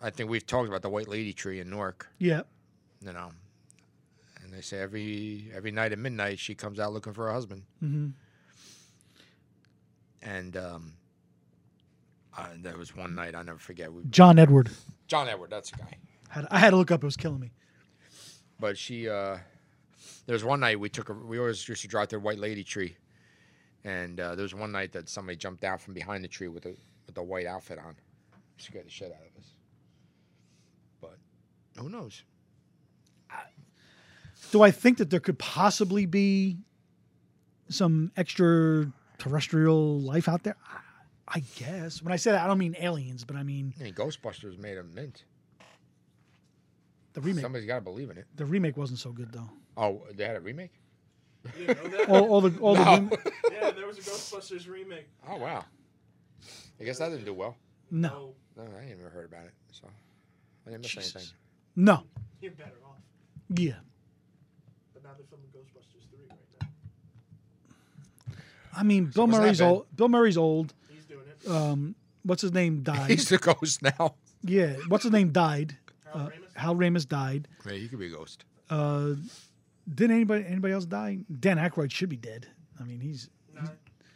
Speaker 2: I think we've talked about the White Lady Tree in Newark.
Speaker 1: yeah.
Speaker 2: You know, and they say every every night at midnight she comes out looking for her husband.
Speaker 1: hmm
Speaker 2: And um, uh, there was one night I'll never forget. We,
Speaker 1: John Edward.
Speaker 2: John Edward, that's the guy.
Speaker 1: Had, I had to look up. It was killing me.
Speaker 2: But she, uh, there was one night we took, a, we always used to drive through White Lady Tree, and uh, there was one night that somebody jumped out from behind the tree with a with a white outfit on, scared the shit out of us. But who knows?
Speaker 1: Do I think that there could possibly be some extraterrestrial life out there? I, I guess. When I say that, I don't mean aliens, but I mean
Speaker 2: I mean, Ghostbusters made a mint.
Speaker 1: the remake.
Speaker 2: Somebody's got to believe in it.
Speaker 1: The remake wasn't so good though.
Speaker 2: Oh, they had a remake.
Speaker 3: You know that?
Speaker 1: All, all the all the rem-
Speaker 3: Yeah, there was a Ghostbusters remake.
Speaker 2: Oh wow. I guess that didn't do well.
Speaker 1: no
Speaker 3: Oh,
Speaker 2: No, I ain't even heard about it. So I didn't miss
Speaker 1: Jesus.
Speaker 2: anything.
Speaker 1: no
Speaker 3: You're better off.
Speaker 1: yeah.
Speaker 3: But now they're filming Ghostbusters 3 right now.
Speaker 1: I mean Bill
Speaker 2: wasn't that
Speaker 1: Murray's
Speaker 2: bad.
Speaker 1: old. Bill Murray's old.
Speaker 3: He's doing it.
Speaker 1: Um, what's his name died?
Speaker 2: He's the ghost now.
Speaker 1: yeah, what's his name died? uh,
Speaker 3: Harold Ramis?
Speaker 1: Hal Ramis died.
Speaker 2: Yeah, you could be a ghost.
Speaker 1: Uh, didn't anybody anybody else die? Dan Aykroyd should be dead. I mean he's
Speaker 3: Nah,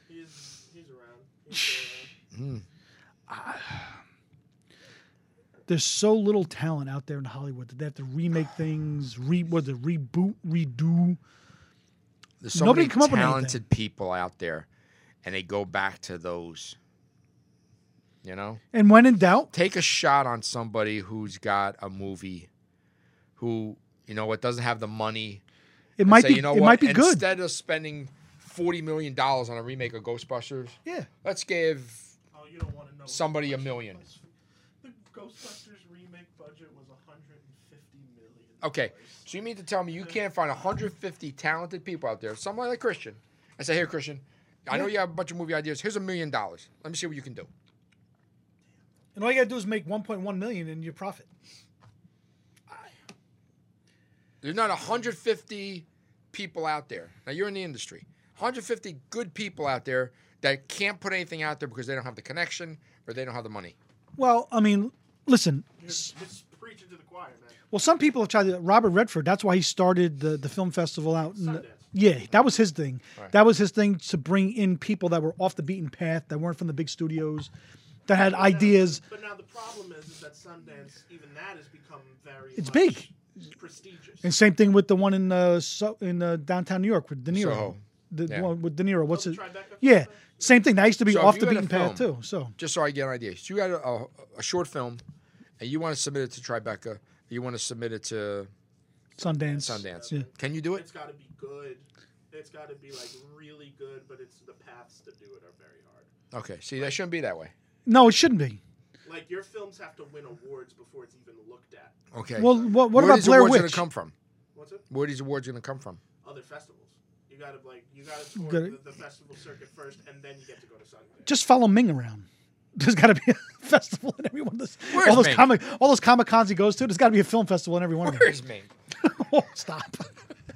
Speaker 3: he's, he's around. He's still around.
Speaker 1: there's so little talent out there in Hollywood that they have to remake
Speaker 2: Ah,
Speaker 1: things, re what the reboot, redo.
Speaker 2: There's so
Speaker 1: Nobody
Speaker 2: many
Speaker 1: come up with anything.
Speaker 2: talented people out there, and they go back to those. You know,
Speaker 1: And when in doubt,
Speaker 2: take a shot on somebody who's got a movie, who you know what doesn't have the money.
Speaker 1: it
Speaker 2: and
Speaker 1: might
Speaker 2: say,
Speaker 1: be
Speaker 2: you know
Speaker 1: it
Speaker 2: what?
Speaker 1: might be
Speaker 2: Instead
Speaker 1: good.
Speaker 2: of spending forty million dollars on a remake of Ghostbusters,
Speaker 1: yeah,
Speaker 2: let's give
Speaker 3: Oh, you don't want to know.
Speaker 2: Somebody a
Speaker 3: Ghostbusters-
Speaker 2: million.
Speaker 3: The Ghostbusters remake budget was 150 million.
Speaker 2: Okay, so you mean to tell me you can't find 150 talented people out there, someone like Christian, and say, "Here, Christian, I know you have a bunch of movie ideas. Here's a million dollars. Let me see what you can do."
Speaker 1: and all you gotta do is make 1.1 million and you profit.
Speaker 2: There's not 150 people out there. Now you're in the industry. 150 good people out there that can't put anything out there because they don't have the connection or they don't have the money.
Speaker 1: Well, I mean, listen.
Speaker 3: You're just preaching to the choir, man.
Speaker 1: Well, some people have tried to. Robert Redford. That's why he started the the film festival out. In the,
Speaker 3: Sundance.
Speaker 1: yeah, that was his thing.
Speaker 2: Right.
Speaker 1: That was his thing to bring in people that were off the beaten path, that weren't from the big studios, that had ideas.
Speaker 3: But now the problem is, is that Sundance, even that has become very.
Speaker 1: It's
Speaker 3: much Prestigious.
Speaker 1: And same thing with the one in uh, so, in uh, downtown New York with De Niro.
Speaker 2: Soho.
Speaker 1: The
Speaker 2: Yeah.
Speaker 1: one with De Niro. What's
Speaker 3: the
Speaker 1: it?
Speaker 3: Tribeca
Speaker 1: Yeah,
Speaker 3: Festival?
Speaker 1: same thing. That used to be
Speaker 2: So if
Speaker 1: off
Speaker 2: you
Speaker 1: the
Speaker 2: had a
Speaker 1: beaten path
Speaker 2: film-
Speaker 1: too. So
Speaker 2: Just so I get an idea. So you got a, a, a short film, and you want to submit it to Tribeca. You want to submit it to
Speaker 1: Sundance.
Speaker 2: Sundance.
Speaker 1: Yeah.
Speaker 2: Can you do it?
Speaker 3: It's got to be good. It's got to be like really good, but it's the paths to do it are very hard.
Speaker 2: Okay. See, that shouldn't be that way.
Speaker 1: No, it shouldn't be.
Speaker 3: Like your films have to win awards before it's even looked at.
Speaker 2: Okay.
Speaker 1: Well, what, what
Speaker 2: Where
Speaker 1: about
Speaker 2: these
Speaker 1: Blair
Speaker 2: awards
Speaker 1: Witch?
Speaker 2: gonna come from?
Speaker 3: What's it?
Speaker 2: Where these awards gonna come from?
Speaker 3: Other festivals. You gotta like you gotta tour
Speaker 1: Gotta-
Speaker 3: the, the festival circuit first, and then you get to go to Sundance.
Speaker 1: just follow Ming around. There's got to be a festival in every one of those.
Speaker 2: Where's
Speaker 1: all those
Speaker 2: Ming?
Speaker 1: comic, all those comic cons he goes to. There's got to be a film festival in every one
Speaker 2: Where's me?
Speaker 1: of them. oh, stop.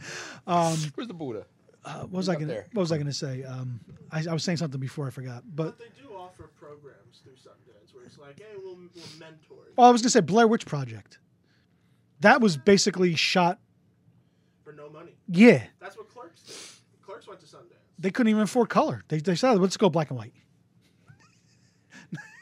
Speaker 2: Where's the Buddha?
Speaker 1: Uh, what was I
Speaker 2: up
Speaker 1: gonna?
Speaker 2: there.
Speaker 1: What was I gonna say? Um, I, I was saying something before I forgot. But
Speaker 3: But they do offer programs through Sundance where it's like, hey, we'll, we'll mentor you
Speaker 1: oh, I was gonna say Blair Witch Project. That was basically shot.
Speaker 3: for no money.
Speaker 1: Yeah,
Speaker 3: That's what Clerks did. Clerks Clerks went to Sundance.
Speaker 1: They couldn't even afford color. They, they said, let's go black and white.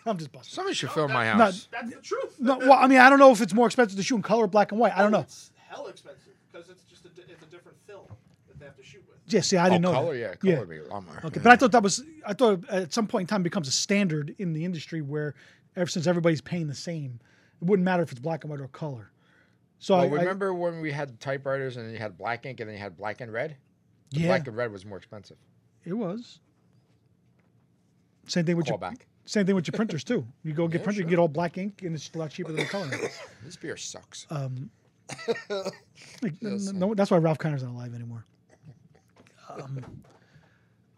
Speaker 1: I'm just busting.
Speaker 2: Somebody should film my
Speaker 1: No,
Speaker 2: house.
Speaker 3: That's the truth.
Speaker 1: No, well, I mean, I don't know if it's more expensive to shoot in color or black and white. I don't know.
Speaker 3: It's hell expensive because it's just a, di- it's a different film that they have to shoot with.
Speaker 1: Yeah, see, I didn't
Speaker 2: oh,
Speaker 1: know.
Speaker 2: color,
Speaker 1: that.
Speaker 2: yeah, color would be a lot more.
Speaker 1: Okay, but I thought that was I thought at some point in time it becomes a standard in the industry where ever since everybody's paying the same, it wouldn't matter if it's black and white or color. So I
Speaker 2: Well,
Speaker 1: I-
Speaker 2: remember when we had typewriters and then you had black ink and then you had black and red? The
Speaker 1: yeah,
Speaker 2: Black and red was more expensive.
Speaker 1: it was. Same thing with
Speaker 2: Call
Speaker 1: your
Speaker 2: back.
Speaker 1: same thing with your printers too. You go get
Speaker 2: Yeah,
Speaker 1: printer, you
Speaker 2: sure.
Speaker 1: get all black ink, and it's a lot cheaper than the color.
Speaker 2: This beer sucks.
Speaker 1: Um, like, n-
Speaker 2: Yes.
Speaker 1: no, that's why Ralph Connor's not alive anymore. Um,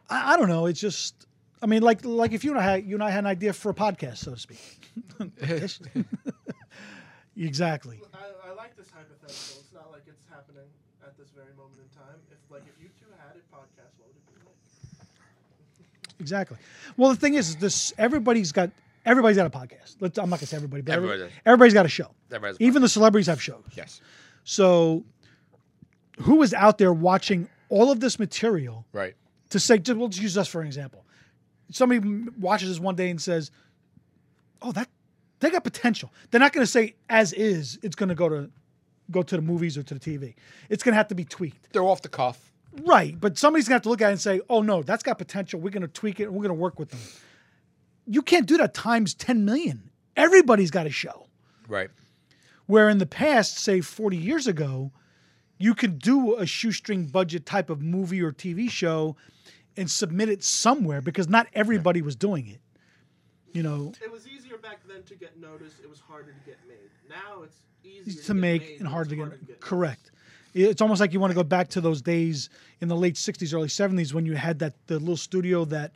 Speaker 1: I, I don't know. It's just, I mean, like like if you and I had you and I had an idea for a podcast, so to speak. Yes. exactly.
Speaker 3: I, I like this hypothetical. It's not like it's happening at this very moment in time. If like if you two had a podcast, what would it be like?
Speaker 1: Exactly. Well, the thing is, is this everybody's got everybody's got a podcast. Let's, I'm not gonna say everybody, but every-
Speaker 2: Everybody does.
Speaker 1: everybody's got a show.
Speaker 2: That was
Speaker 1: Even the celebrities have shows.
Speaker 2: yes,
Speaker 1: So, who is out there watching all of this material?
Speaker 2: right.
Speaker 1: to say, just, we'll just use us for an example. Somebody m- watches this one day and says, "Oh, that they got potential." They're not going to say as is. It's going to go to go to the movies or to the TV. It's going to have to be tweaked,
Speaker 2: They're off the cuff.
Speaker 1: right? But somebody's going to have to look at it and say, "Oh no, that's got potential. We're going to tweak it and we're going to work with them." You can't do that times ten million. Everybody's got a show.
Speaker 2: Right.
Speaker 1: Where in the past, say 40 years ago, you could do a shoestring budget type of movie or TV show and submit it somewhere because not everybody was doing it. You know,
Speaker 3: It was easier back then to get noticed. It was harder to get made. Now it's easier
Speaker 1: to
Speaker 3: get
Speaker 1: make
Speaker 3: made,
Speaker 1: and
Speaker 3: but
Speaker 1: hard
Speaker 3: it's
Speaker 1: to
Speaker 3: harder
Speaker 1: get.
Speaker 3: noticed.
Speaker 1: Correct. It's almost like you want to go back to those days in the late 60s, early 70s when you had that the little studio that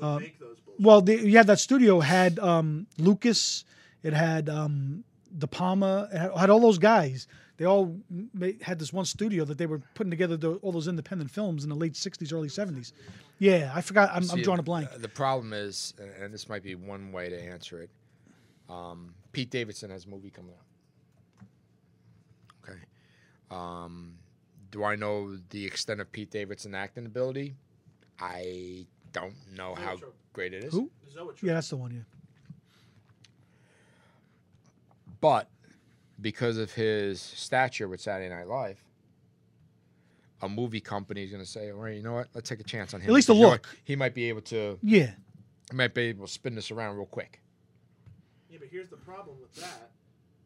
Speaker 1: uh,
Speaker 3: Would make those bullshit.
Speaker 1: Well, the, yeah, that studio had um, Lucas. It had um, De Palma. It had, had all those guys. They all ma- had this one studio that they were putting together the, all those independent films in the late '60s, early '70s. Yeah, I forgot. I'm, I'm
Speaker 2: See,
Speaker 1: drawing a blank.
Speaker 2: uh, The problem is, and, and this might be one way to answer it. Um, Pete Davidson has a movie coming out. Okay. Um, do I know the extent of Pete Davidson's acting ability? I don't know how
Speaker 3: Zoetrope.
Speaker 2: great it is.
Speaker 1: Who?
Speaker 3: Zoetrope.
Speaker 1: Yeah, that's the one. Yeah,
Speaker 2: But because of his stature with Saturday Night Live, a movie company is going to say, "All right, you know what? Let's take a chance on him.
Speaker 1: At least a
Speaker 2: because, you know what?
Speaker 1: look.
Speaker 2: He might be able to.
Speaker 1: yeah.
Speaker 2: He might be able to spin this around real quick.
Speaker 3: Yeah, but here's the problem with that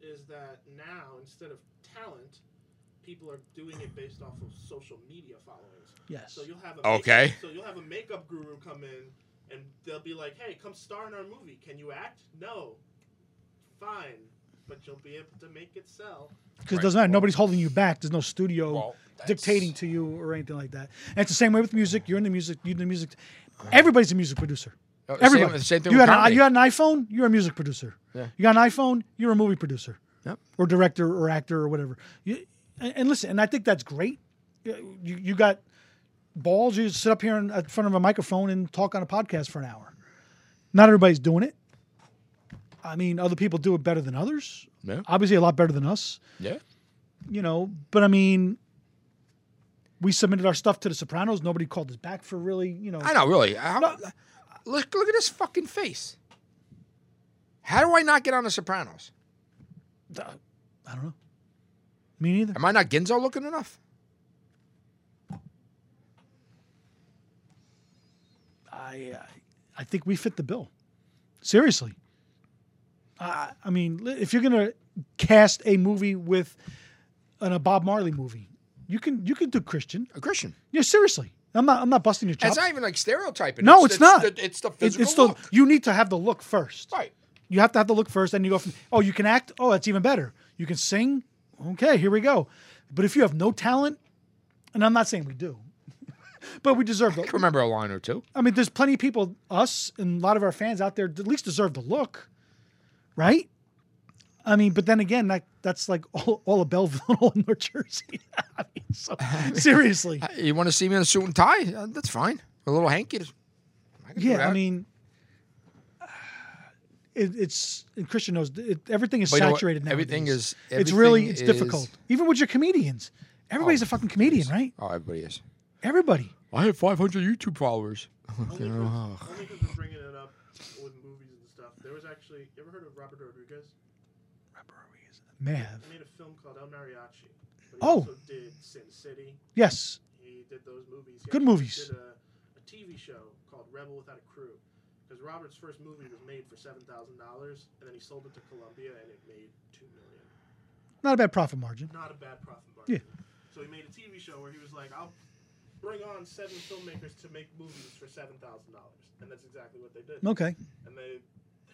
Speaker 3: is that now instead of talent, people are doing it based off of social media followings.
Speaker 1: Yes.
Speaker 3: So you'll have a
Speaker 2: Okay.
Speaker 3: Makeup, so you'll have a makeup guru come in, and they'll be like, "Hey, come star in our movie. Can you act? No. Fine, but you'll be able to make it sell."
Speaker 1: Because it
Speaker 2: Right.
Speaker 1: doesn't matter. Nobody's holding you back. There's no studio
Speaker 2: Well,
Speaker 1: dictating to you or anything like that. And it's the same way with music. You're in the music. You're in the music. Everybody's a music producer.
Speaker 2: Oh, same-
Speaker 1: Everybody.
Speaker 2: same thing
Speaker 1: you
Speaker 2: with
Speaker 1: had an,
Speaker 2: comedy.
Speaker 1: you had an iPhone. You're a music producer.
Speaker 2: Yeah.
Speaker 1: You got an iPhone. You're a movie producer.
Speaker 2: Yep.
Speaker 1: Or director or actor or whatever. You, and, and listen, and I think that's great. You you you got balls. You sit up here in, in front of a microphone and talk on a podcast for an hour. Not everybody's doing it. I mean, other people do it better than others.
Speaker 2: Yeah.
Speaker 1: Obviously, a lot better than us
Speaker 2: Yeah.
Speaker 1: you know, but I mean, we submitted our stuff to the Sopranos. Nobody called us back for really, you know.
Speaker 2: I know, really. How, look, look at this fucking face. How do I not get on The Sopranos?
Speaker 1: Uh, I don't know. Me neither.
Speaker 2: Am I not Ginzo looking enough?
Speaker 1: I, I, I think we fit the bill. Seriously. I, I mean, li- if you're gonna cast a movie with an, a Bob Marley movie, you can you can do Christian.
Speaker 2: A Christian.
Speaker 1: Yeah, seriously. I'm not I'm not busting your chops.
Speaker 2: It's not even like stereotyping.
Speaker 1: No, it's not.
Speaker 2: The, it's the
Speaker 1: It-
Speaker 2: physical
Speaker 1: it's still
Speaker 2: look.
Speaker 1: you need to have the look first.
Speaker 2: Right.
Speaker 1: You have to have the look first, then you go from oh, you can act. Oh, that's even better. You can sing. Okay, here we go. But if you have no talent, and I'm not saying we do, but we deserve
Speaker 2: I
Speaker 1: the.
Speaker 2: remember a line or two.
Speaker 1: I mean, there's plenty of people, us and a lot of our fans out there, that at least deserve the look, right? I mean, but then again, that that's like all, all of Belleville and all of North Jersey. I mean, so, seriously,
Speaker 2: Uh, You want to see me in a suit and tie? Uh, that's fine. A little hanky. I can do
Speaker 1: yeah.
Speaker 2: that.
Speaker 1: I mean, it, it's and Christian knows it, everything is
Speaker 2: But you know what?
Speaker 1: saturated now.
Speaker 2: Everything is.
Speaker 1: it's really
Speaker 2: everything
Speaker 1: it's
Speaker 2: is-
Speaker 1: difficult. Even with your comedians, everybody's a fucking comedian, right?
Speaker 2: Oh, everybody is.
Speaker 1: Everybody.
Speaker 2: I have 500 YouTube followers.
Speaker 3: Only because we're bringing it up with movies and stuff. There was actually, you ever heard of Robert Rodriguez?
Speaker 1: May have.
Speaker 3: He made a film called El Mariachi. But he
Speaker 1: Oh.
Speaker 3: also did Sin City.
Speaker 1: Yes.
Speaker 3: He did those movies. He
Speaker 1: Good
Speaker 3: actually
Speaker 1: movies.
Speaker 3: Did a, a TV show called Rebel Without a Crew. Because Robert's first movie was made for seven thousand dollars, and then he sold it to Columbia, and it made two million.
Speaker 1: Not a bad profit margin.
Speaker 3: Not a bad profit margin. So he made a TV show where he was like, "I'll bring on seven filmmakers to make movies for seven thousand dollars," and that's exactly what they did.
Speaker 1: Okay.
Speaker 3: And they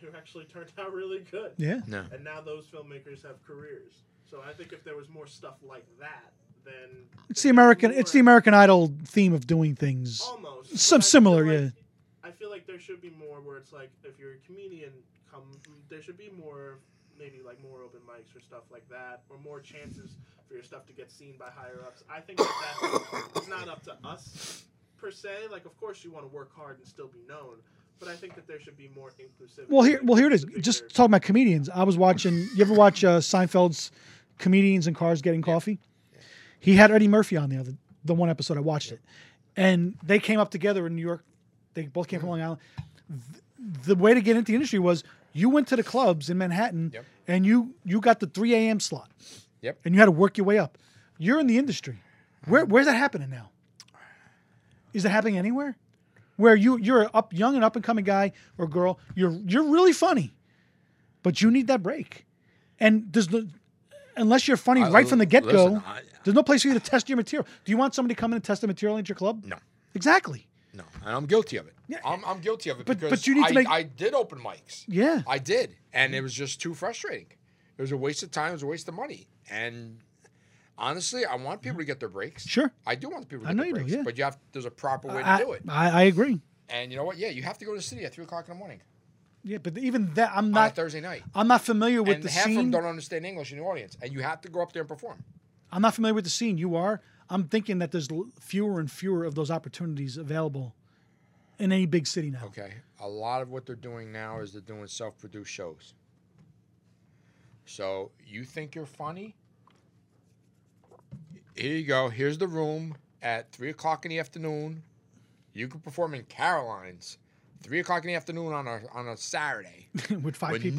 Speaker 3: they actually turned out really good.
Speaker 1: Yeah.
Speaker 2: No.
Speaker 3: And now those filmmakers have careers. So I think if there was more stuff like that, then
Speaker 1: It's the American. It's the American Idol theme of doing things.
Speaker 3: almost
Speaker 1: Some
Speaker 3: but I feel
Speaker 1: similar,
Speaker 3: like-
Speaker 1: yeah.
Speaker 3: I feel like there should be more where it's like if you're a comedian, come there should be more maybe like more open mics or stuff like that, or more chances for your stuff to get seen by higher ups. I think that that's it's not up to us per se. Like of course you want to work hard and still be known, but I think that there should be more inclusivity.
Speaker 1: Well, here,
Speaker 3: Like,
Speaker 1: well, here it is.
Speaker 3: bigger-
Speaker 1: Just talking about comedians. I was watching. You ever watch uh, Seinfeld's comedians and cars getting coffee? He had Eddie Murphy on the other, the one episode I watched it, and they came up together in New York. They both came from Long Island. Th- The way to get into the industry was you went to the clubs in Manhattan
Speaker 2: Yep.
Speaker 1: and you you got the 3 a.m. slot.
Speaker 2: Yep.
Speaker 1: And you had to work your way up. You're in the industry. Where where's that happening now? Is that happening anywhere? where you you're a up young and up and coming guy or girl. You're you're really funny, but you need that break. And there's no unless you're funny
Speaker 2: I-
Speaker 1: right from the get go.
Speaker 2: Uh, listen, I-
Speaker 1: There's no place for you to test your material. Do you want somebody to come in and test the material at your club?
Speaker 2: No.
Speaker 1: Exactly.
Speaker 2: No, and I'm guilty of it.
Speaker 1: Yeah.
Speaker 2: I'm, I'm guilty of it
Speaker 1: But-
Speaker 2: because
Speaker 1: but you need to
Speaker 2: I,
Speaker 1: make-
Speaker 2: I did open mics.
Speaker 1: Yeah.
Speaker 2: I did, and it was just too frustrating. It was a waste of time. It was a waste of money. And honestly, I want people to get their breaks.
Speaker 1: Sure.
Speaker 2: I do want people to
Speaker 1: I
Speaker 2: get
Speaker 1: know
Speaker 2: their
Speaker 1: you do,
Speaker 2: breaks,
Speaker 1: yeah.
Speaker 2: but you have there's a proper way to
Speaker 1: I,
Speaker 2: do it.
Speaker 1: I, I agree.
Speaker 2: And you know what? Yeah, you have to go to the city at three o'clock in the morning
Speaker 1: Yeah, but even that I'm
Speaker 2: on a
Speaker 1: not
Speaker 2: Thursday night,
Speaker 1: I'm not familiar with
Speaker 2: and
Speaker 1: the
Speaker 2: half of them
Speaker 1: scene.
Speaker 2: don't understand English in the audience, and you have to go up there and perform.
Speaker 1: I'm not familiar with the scene. You are. I'm thinking that there's l- fewer and fewer of those opportunities available in any big city now.
Speaker 2: Okay. A lot of what they're doing now is they're doing self produced shows. So you think you're funny? Here you go. Here's the room at three o'clock in the afternoon. You can perform in Caroline's, three o'clock in the afternoon on a on a Saturday
Speaker 1: with five
Speaker 2: with
Speaker 1: people.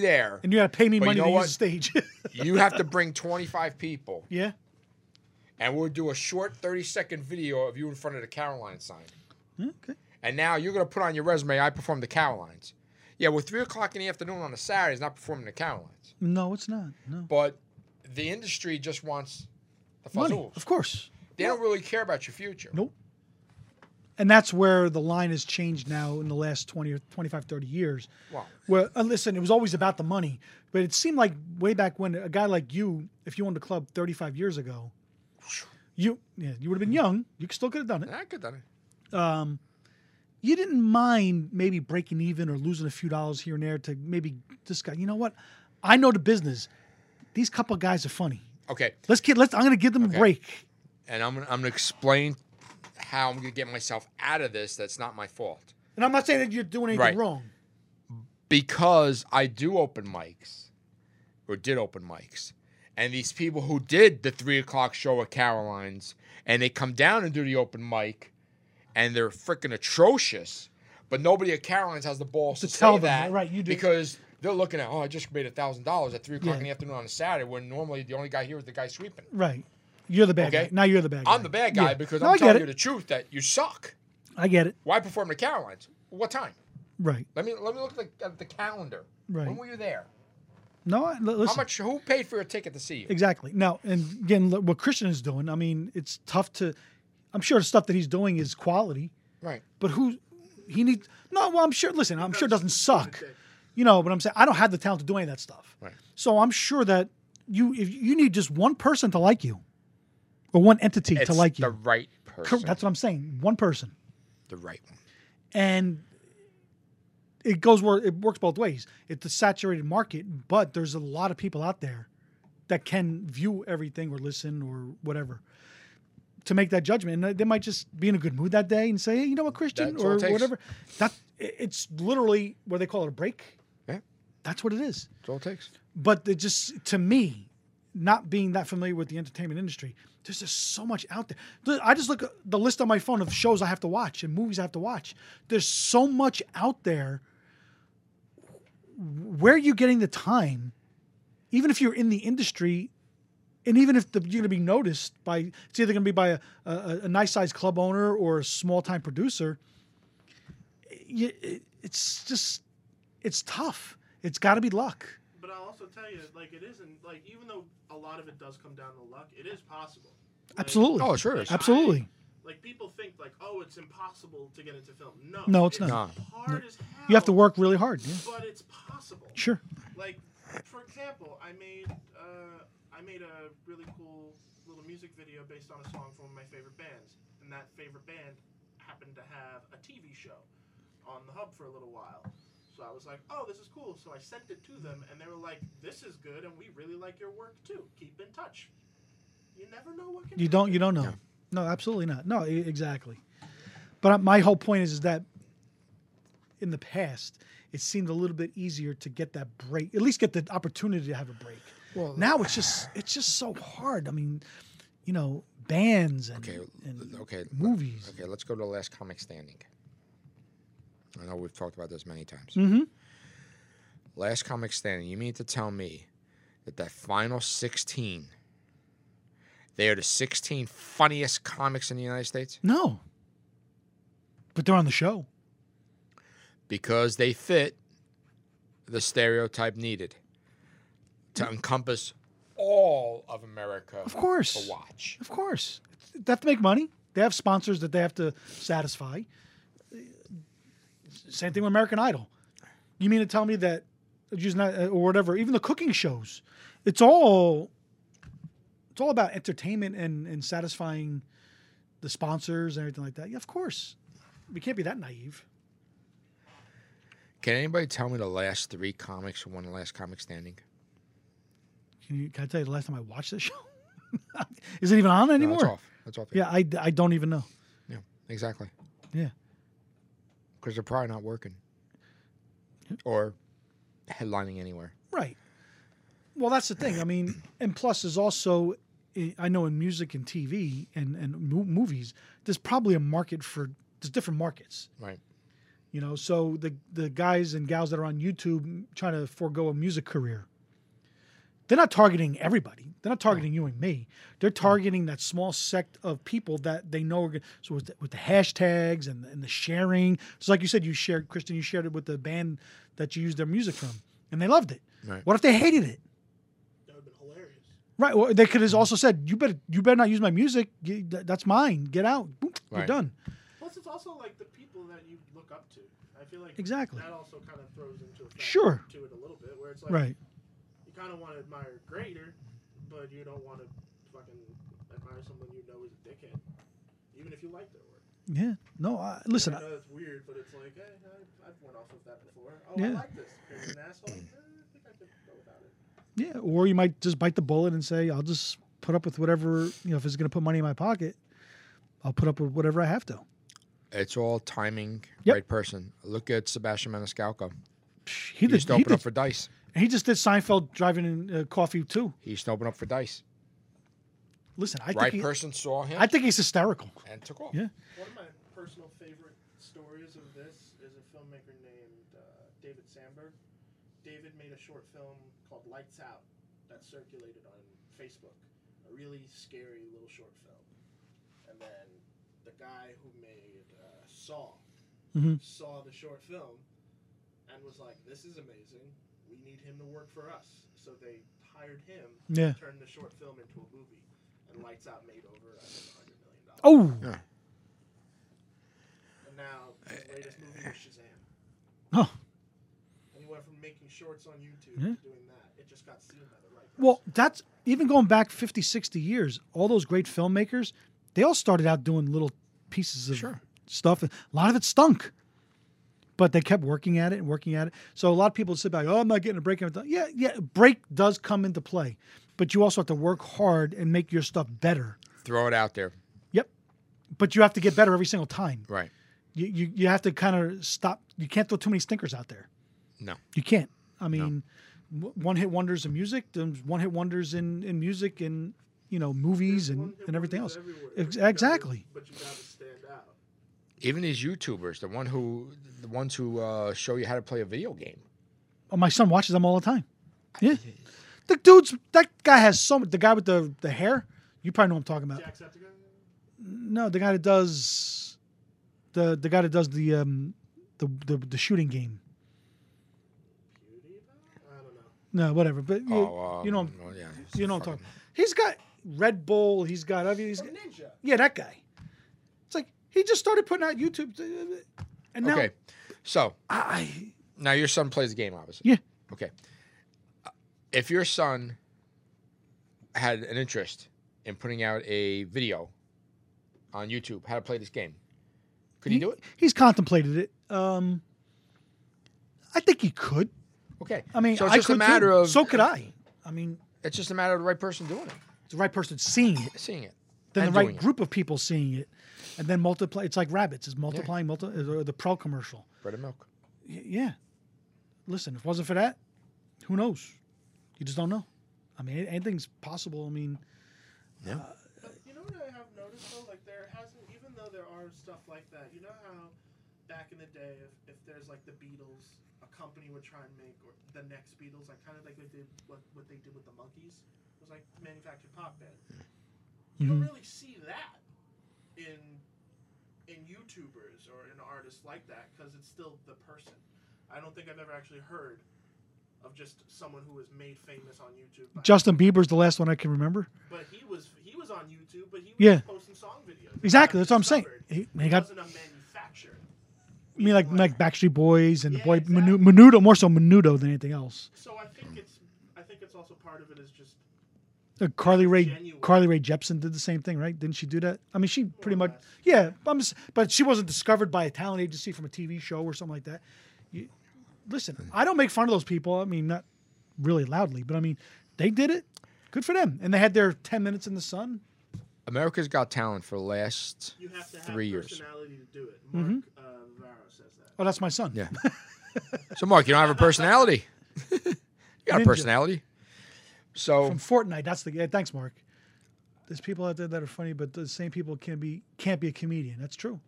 Speaker 2: there.
Speaker 1: and you got to pay me
Speaker 2: Oh. But
Speaker 1: money
Speaker 2: you know
Speaker 1: to
Speaker 2: what?
Speaker 1: use the stage.
Speaker 2: You have to bring twenty five people,
Speaker 1: yeah.
Speaker 2: and we'll do a short thirty second video of you in front of the Caroline sign. Hmm?
Speaker 1: Okay.
Speaker 2: And now you're going to put on your resume, I performed the Carolines. Yeah, well, 3 o'clock in the afternoon on a Saturday is not performing the Carolines.
Speaker 1: No, it's not. No.
Speaker 2: But the industry just wants the
Speaker 1: Money,
Speaker 2: fuzzles.
Speaker 1: of course.
Speaker 2: They don't really care about your future.
Speaker 1: Nope. And that's where the line has changed now in the last 20 or 25, 30 years.
Speaker 2: Well,
Speaker 1: Well, uh, listen, it was always about the money, but it seemed like way back when a guy like you, if you owned a club 35 years ago, you yeah, you would have been young. You still could have done it.
Speaker 2: I could done it.
Speaker 1: um, you didn't mind maybe breaking even or losing a few dollars here and there to maybe this guy. You know what? I know the business. These couple guys are funny.
Speaker 2: Okay,
Speaker 1: Let's get. Let's. I'm gonna give them
Speaker 2: Okay.
Speaker 1: a break.
Speaker 2: and I'm going to I'm gonna explain how I'm going to get myself out of this that's not my fault.
Speaker 1: And I'm not saying that you're doing anything
Speaker 2: Right.
Speaker 1: wrong.
Speaker 2: because I do open mics or did open mics. And these people who did the three o'clock show at Caroline's and they come down and do the open mic and they're freaking atrocious, but nobody at Caroline's has the balls to,
Speaker 1: To tell
Speaker 2: say
Speaker 1: them
Speaker 2: that.
Speaker 1: that, right, you do.
Speaker 2: Because they're looking at, oh, I just made a thousand dollars at three o'clock
Speaker 1: Yeah.
Speaker 2: in the afternoon on a Saturday when normally the only guy here is the guy sweeping.
Speaker 1: Right. You're the bad
Speaker 2: Okay.
Speaker 1: guy. Now you're the bad guy.
Speaker 2: I'm the bad guy
Speaker 1: Yeah.
Speaker 2: because
Speaker 1: No,
Speaker 2: I'm
Speaker 1: I
Speaker 2: telling
Speaker 1: get
Speaker 2: you
Speaker 1: it.
Speaker 2: the truth that you suck.
Speaker 1: I get it.
Speaker 2: Why perform at Caroline's? What time?
Speaker 1: Right.
Speaker 2: Let me let me look at the, at the calendar.
Speaker 1: Right.
Speaker 2: When were you there?
Speaker 1: No, I- l- listen.
Speaker 2: How much? Who paid for your ticket to see you?
Speaker 1: Exactly. Now, and again, look, what Christian is doing, I mean, it's tough to. I'm sure the stuff that he's doing is quality,
Speaker 2: Right.
Speaker 1: but who he needs? No, well, I'm sure. Listen, I'm sure it doesn't suck.
Speaker 3: Okay.
Speaker 1: You know, but I'm saying I don't have the talent to do any of that stuff.
Speaker 2: Right.
Speaker 1: So I'm sure that you if you need just one person to like you, or one entity to like
Speaker 2: the
Speaker 1: you.
Speaker 2: right
Speaker 1: Cor-
Speaker 2: person.
Speaker 1: That's what I'm saying. One person.
Speaker 2: the right one.
Speaker 1: and it goes where it works both ways. It's a saturated market, but there's a lot of people out there that can view everything or listen or whatever to make that judgment. And they might just be in a good mood that day and say, "Hey, you know what, Christian,
Speaker 2: That's all
Speaker 1: or
Speaker 2: it takes.
Speaker 1: whatever." That it- it's literally what they call it a break.
Speaker 2: Yeah.
Speaker 1: That's what it is.
Speaker 2: That's all it takes.
Speaker 1: But it just to me, not being that familiar with the entertainment industry, there's just so much out there. Th- I just look at the list on my phone of shows I have to watch and movies I have to watch. There's so much out there. Where are you getting the time? Even if you're in the industry, and even if the, you're going to be noticed by, it's either going to be by a, a, a nice sized club owner or a small time producer. You, it, it's just, it's tough. It's got to be luck.
Speaker 3: But I'll also tell you, like it isn't like even though a lot of it does come down to luck, it is possible. Like,
Speaker 1: Absolutely.
Speaker 2: Oh, sure. it is.
Speaker 1: Absolutely.
Speaker 3: Like people think like, oh, it's impossible to get into film. No,
Speaker 1: No, it's
Speaker 2: not.
Speaker 3: Hard as hell.
Speaker 1: You have to work really hard. Yeah.
Speaker 3: but it's possible.
Speaker 1: Sure.
Speaker 3: Like, for example, I made uh, I made a really cool little music video based on a song from one of my favorite bands, and that favorite band happened to have a TV show on the hub for a little while. So I was like, "Oh, this is cool." So I sent it to them, and they were like, "This is good, and we really like your work too. Keep in touch." You never know what can.
Speaker 1: You don't. You don't know. No, absolutely not. No, e- exactly. But my whole point is, is that in the past, it seemed a little bit easier to get that break, at least get the opportunity to have a break.
Speaker 2: Well-
Speaker 1: now it's just it's just so hard. I mean, you know, bands and,
Speaker 2: Okay.
Speaker 1: and
Speaker 2: okay.
Speaker 1: movies.
Speaker 2: Okay, let's go to the last comic standing. I know we've talked about this many times.
Speaker 1: Mm-hmm.
Speaker 2: Last comic standing. You mean to tell me that that final 16, they are the 16 funniest comics in the United States
Speaker 1: No, but they're on the show.
Speaker 2: because they fit the stereotype needed to encompass all of America
Speaker 1: Of course.
Speaker 2: to watch.
Speaker 1: Of course. They have to make money. They have sponsors that they have to satisfy. Same thing with American Idol. You mean to tell me that, just not- uh, or whatever, even the cooking shows, it's all, it's all about entertainment and, and satisfying the sponsors and everything like that. Yeah, of course. We can't be that naive.
Speaker 2: Can anybody tell me the last three comics who won the last comic standing?
Speaker 1: Can, you, can I tell you the last time I watched this show? Is it even on
Speaker 2: No,
Speaker 1: anymore?
Speaker 2: that's off. That's off.
Speaker 1: Yeah, I, I don't even know.
Speaker 2: Yeah, exactly.
Speaker 1: Yeah.
Speaker 2: Because they're probably not working or headlining anywhere.
Speaker 1: Right. Well, that's the thing. I mean, and plus, there's also, I- I know in music and TV and and mo- movies, there's probably a market for there's different markets.
Speaker 2: Right.
Speaker 1: You know, so the the guys and gals that are on YouTube trying to forego a music career, they're not targeting everybody. They're not targeting you and me. They're targeting that small sect of people that they know. Are gonna, so with the, with the hashtags and the, and the sharing, so like you said, you shared Kristen, you shared it with the band that you used their music from, and they loved it.
Speaker 2: Right.
Speaker 1: What if they hated it?
Speaker 3: That would have been hilarious.
Speaker 1: Right. Well, they could have also said, "You better, you better not use my music. Get- that- That's mine. Get out. Boop, You're
Speaker 2: Right.
Speaker 1: done."
Speaker 3: Plus, it's also like the people that you look up to. I feel like
Speaker 1: Exactly.
Speaker 3: that also kind of throws into effect
Speaker 1: Sure.
Speaker 3: to it a little bit, where it's like
Speaker 1: Right.
Speaker 3: you kind of want to admire greater, but you don't want to fucking admire someone you know is a dickhead, even if you like their work.
Speaker 1: Yeah. No. I, listen.
Speaker 3: I
Speaker 1: I,
Speaker 3: know that's weird, but it's like, hey, I, I've went off of that before. Oh,
Speaker 1: Yeah.
Speaker 3: I like this. Here's an asshole. Eh, I think I could go without it.
Speaker 1: yeah. Or you might just bite the bullet and say, "I'll just put up with whatever. You know, if it's going to put money in my pocket, I'll put up with whatever I have to."
Speaker 2: It's all timing,
Speaker 1: Yep.
Speaker 2: right person. Look at Sebastian Maniscalco.
Speaker 1: Psh, He
Speaker 2: He
Speaker 1: did.
Speaker 2: used to
Speaker 1: He
Speaker 2: open
Speaker 1: did,
Speaker 2: up for Dice.
Speaker 1: he just did Seinfeld driving in uh, coffee too.
Speaker 2: He used to open up for Dice.
Speaker 1: Listen, I
Speaker 2: right
Speaker 1: think he,
Speaker 2: person saw him
Speaker 1: I think he's hysterical.
Speaker 2: and took off.
Speaker 1: Yeah.
Speaker 3: One of my personal favorite stories of this is a filmmaker named uh, David Sandberg. David made a short film called Lights Out that circulated on Facebook. A really scary little short film. And then the guy who made uh, Saw
Speaker 1: Mhm.
Speaker 3: saw the short film and was like, "This is amazing. We need him to work for us." So they hired him.
Speaker 1: Yeah.
Speaker 3: And turned the short film into a movie, and Lights Out made over I think, $100 million.
Speaker 1: Oh.
Speaker 2: Yeah.
Speaker 3: And now his
Speaker 1: Eh,
Speaker 3: latest movie was Shazam.
Speaker 1: Oh.
Speaker 3: And he went from making shorts on YouTube
Speaker 1: Yeah.
Speaker 3: to doing that. It just got seen by the right.
Speaker 1: Hmm? Well,
Speaker 3: person.
Speaker 1: that's even going back 50, 60 years, all those great filmmakers, they all started out doing little pieces of
Speaker 2: Sure.
Speaker 1: stuff. A lot of it stunk, but they kept working at it and working at it. So a lot of people sit back, oh, I'm not getting a break. Yeah, yeah, break does come into play, but you also have to work hard and make your stuff better.
Speaker 2: Throw it out there.
Speaker 1: Yep. But you have to get better every single time.
Speaker 2: Right.
Speaker 1: You, you, you have to kind of stop. You can't throw too many stinkers out there.
Speaker 2: No.
Speaker 1: You can't. I mean, one hit wonders in music, one hit wonders in in music and you know movies and
Speaker 3: One-hit
Speaker 1: and everything
Speaker 3: wonders
Speaker 1: else.
Speaker 3: everywhere,
Speaker 1: Ex-
Speaker 3: but you gotta-
Speaker 1: exactly.
Speaker 3: But you gotta stand out.
Speaker 2: Even these YouTubers, the one who, the ones who uh, show you how to play a video game.
Speaker 1: Oh, my son watches them all the time. Yeah, the dude's that guy has so much. The guy with the the hair, you probably know what I'm talking about.
Speaker 3: Jacksepticeye?
Speaker 1: No, the guy that does the the guy that does the um the the, the shooting game.
Speaker 3: PewDiePie? I don't know.
Speaker 1: No, whatever. But you,
Speaker 2: oh,
Speaker 1: you know
Speaker 2: um, well, yeah,
Speaker 1: you know what I'm
Speaker 2: fucking-
Speaker 1: talking. He's got Red Bull. He's got everything. He's
Speaker 3: From
Speaker 1: got,
Speaker 3: Ninja.
Speaker 1: yeah, that guy. It's like he just started putting out YouTube, uh, and now
Speaker 2: Okay, so
Speaker 1: I, I
Speaker 2: now your son plays the game, obviously.
Speaker 1: Yeah.
Speaker 2: Okay. Uh, If your son had an interest in putting out a video on YouTube, how to play this game, could he do it?
Speaker 1: He's contemplated it. Um, I think he could.
Speaker 2: Okay.
Speaker 1: I mean,
Speaker 2: so it's
Speaker 1: I
Speaker 2: just
Speaker 1: could
Speaker 2: a matter
Speaker 1: too.
Speaker 2: of
Speaker 1: so could I. I mean,
Speaker 2: It's just a matter of the right person doing it,
Speaker 1: it's the right person seeing it,
Speaker 2: seeing it.
Speaker 1: then
Speaker 2: And
Speaker 1: the
Speaker 2: doing
Speaker 1: right
Speaker 2: it.
Speaker 1: group of people seeing it, and then multiply. It's like rabbits. It's multiplying. Multi uh, the Prel commercial.
Speaker 2: Bread and milk.
Speaker 1: Y- yeah. Listen, if it wasn't for that, who knows? You just don't know. I mean, anything's possible. I mean,
Speaker 3: But you know what I have noticed though? Like there hasn't, even though there are stuff like that. You know how back in the day, if, if there's like the Beatles, a company would try and make or the next Beatles, like kind of like they did what what they did with the Monkeys, was like manufactured pop band. You don't really see that in in YouTubers or in artists like that because it's still the person. I don't think I've ever actually heard of just someone who was made famous on YouTube. by-
Speaker 1: Justin Bieber's the last one I can remember.
Speaker 3: but he was he was on YouTube, but he was
Speaker 1: Yeah.
Speaker 3: posting song videos.
Speaker 1: Exactly, that's what I'm saying.
Speaker 3: He,
Speaker 1: He, he got,
Speaker 3: wasn't a manufacturer.
Speaker 1: I mean, like like Backstreet Boys and the
Speaker 3: Yeah,
Speaker 1: boy
Speaker 3: exactly.
Speaker 1: Menu- Menudo, more so Menudo than anything else.
Speaker 3: So I think it's I think it's also part of it is just
Speaker 1: Uh, Carly Ray
Speaker 3: Genuine.
Speaker 1: Carly Ray Jepsen did the same thing, right? Didn't she do that? I mean, she pretty
Speaker 3: or
Speaker 1: much
Speaker 3: less.
Speaker 1: yeah. I'm just, but she wasn't discovered by a talent agency from a TV show or something like that. You, listen, I don't make fun of those people. I mean, not really loudly, but I mean, they did it. Good for them. And they had their ten minutes in the sun.
Speaker 2: America's Got Talent for the last
Speaker 3: you have to have
Speaker 2: three years.
Speaker 3: personality to do it. Mark
Speaker 1: Mm-hmm.
Speaker 3: uh, Varro says that.
Speaker 1: Oh, that's my son.
Speaker 2: Yeah. So, Mark, you don't have a personality. you got a
Speaker 1: Ninja.
Speaker 2: personality. So,
Speaker 1: From Fortnite. That's the yeah, thanks, Mark. There's people out there that are funny, but the same people can be can't be a comedian. That's true.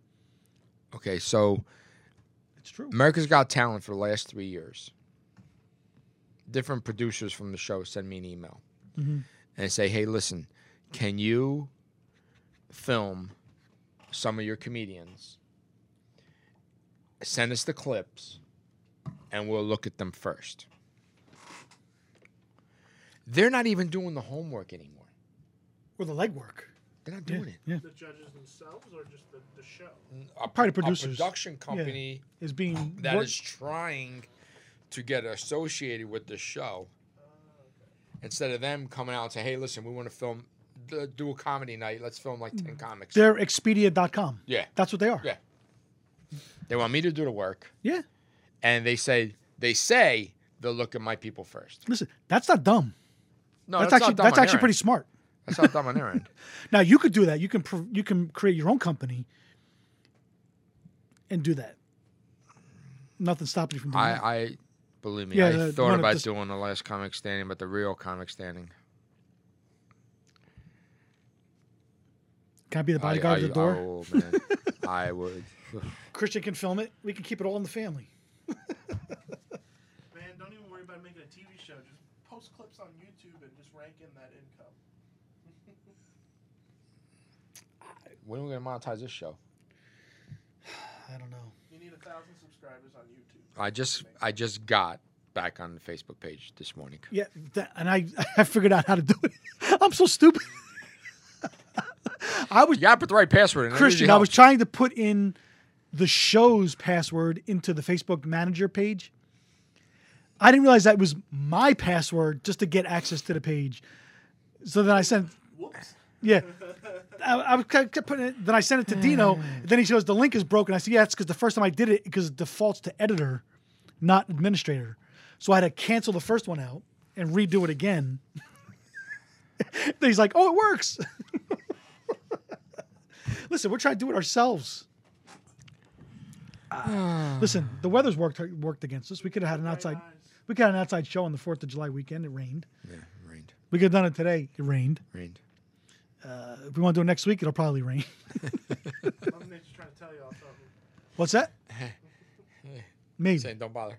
Speaker 2: okay, so
Speaker 1: It's true.
Speaker 2: America's Got Talent for the last three years. Different producers from the show send me an email
Speaker 1: Mm-hmm.
Speaker 2: and say, hey, listen, can you film some of your comedians? Send us the clips and we'll look at them first. They're not even doing the homework anymore.
Speaker 1: Or the legwork.
Speaker 2: They're not
Speaker 1: Yeah,
Speaker 2: doing it.
Speaker 1: yeah.
Speaker 3: The judges themselves or just the, the show.
Speaker 2: A,
Speaker 1: Probably
Speaker 2: a
Speaker 1: producers.
Speaker 2: production company.
Speaker 1: Is being
Speaker 2: that is
Speaker 1: wor-
Speaker 2: trying to get associated with the show instead of them coming out and say, "Hey, listen, we want to film, d- do a comedy night. Let's film like ten comics."
Speaker 1: Mm-hmm. They're Expedia.com.
Speaker 2: yeah,
Speaker 1: That's what they are.
Speaker 2: Yeah. they want me to do the work,
Speaker 1: Yeah.
Speaker 2: and they say they say they'll look at my people first.
Speaker 1: Listen, that's not dumb.
Speaker 2: No,
Speaker 1: that's,
Speaker 2: that's,
Speaker 1: actually
Speaker 2: not dumb
Speaker 1: that's
Speaker 2: on
Speaker 1: actually
Speaker 2: their
Speaker 1: pretty
Speaker 2: end.
Speaker 1: smart.
Speaker 2: That's not dumb on their end.
Speaker 1: Now you could do that. You can pr- you can create your own company and do that. Nothing stopping you from doing
Speaker 2: I,
Speaker 1: that.
Speaker 2: I believe me,
Speaker 1: Mm-hmm. Yeah,
Speaker 2: I
Speaker 1: the- the one
Speaker 2: thought
Speaker 1: that
Speaker 2: about
Speaker 1: just-
Speaker 2: doing the last comic standing, but the real comic standing.
Speaker 1: Can I be the
Speaker 2: I-
Speaker 1: bodyguard
Speaker 2: I-
Speaker 1: at the door?
Speaker 2: Oh man, I would.
Speaker 1: Christian can film it. We can keep it all in the family.
Speaker 3: Man, don't even worry about making a TV show. Just post clips on YouTube and just rank in that income.
Speaker 2: When are we gonna monetize this show?
Speaker 1: I don't know.
Speaker 3: You need a thousand subscribers on YouTube.
Speaker 2: I just I just got back on the Facebook page this morning.
Speaker 1: Yeah, that, and I I figured out how to do it. I'm so stupid. I was
Speaker 2: You gotta put the right password in. That
Speaker 1: Christian,
Speaker 2: usually
Speaker 1: I was
Speaker 2: helps.
Speaker 1: trying to put in the show's password into the Facebook manager page. I didn't realize that was my password just to get access to the page. So then I sent,
Speaker 3: Whoops.
Speaker 1: yeah, I, I was kept kept putting it. Then I sent it to Dino. then he shows the link is broken. I said, yeah, it's because the first time I did it, because it defaults to editor, not administrator. So I had to cancel the first one out and redo it again. then he's like, oh, it works. Listen, we're trying to do it ourselves. Ah. Listen, the weather's worked worked against us. We could have had an outside we could have had an outside show on the Fourth of July weekend. It rained.
Speaker 2: Yeah, rained,
Speaker 1: We could have done it today. It rained.
Speaker 2: rained.
Speaker 1: Uh, if we want to do it next week, it'll probably rain.
Speaker 3: I'm just trying to tell y'all something.
Speaker 1: What's that? Maybe.
Speaker 2: Saying don't bother.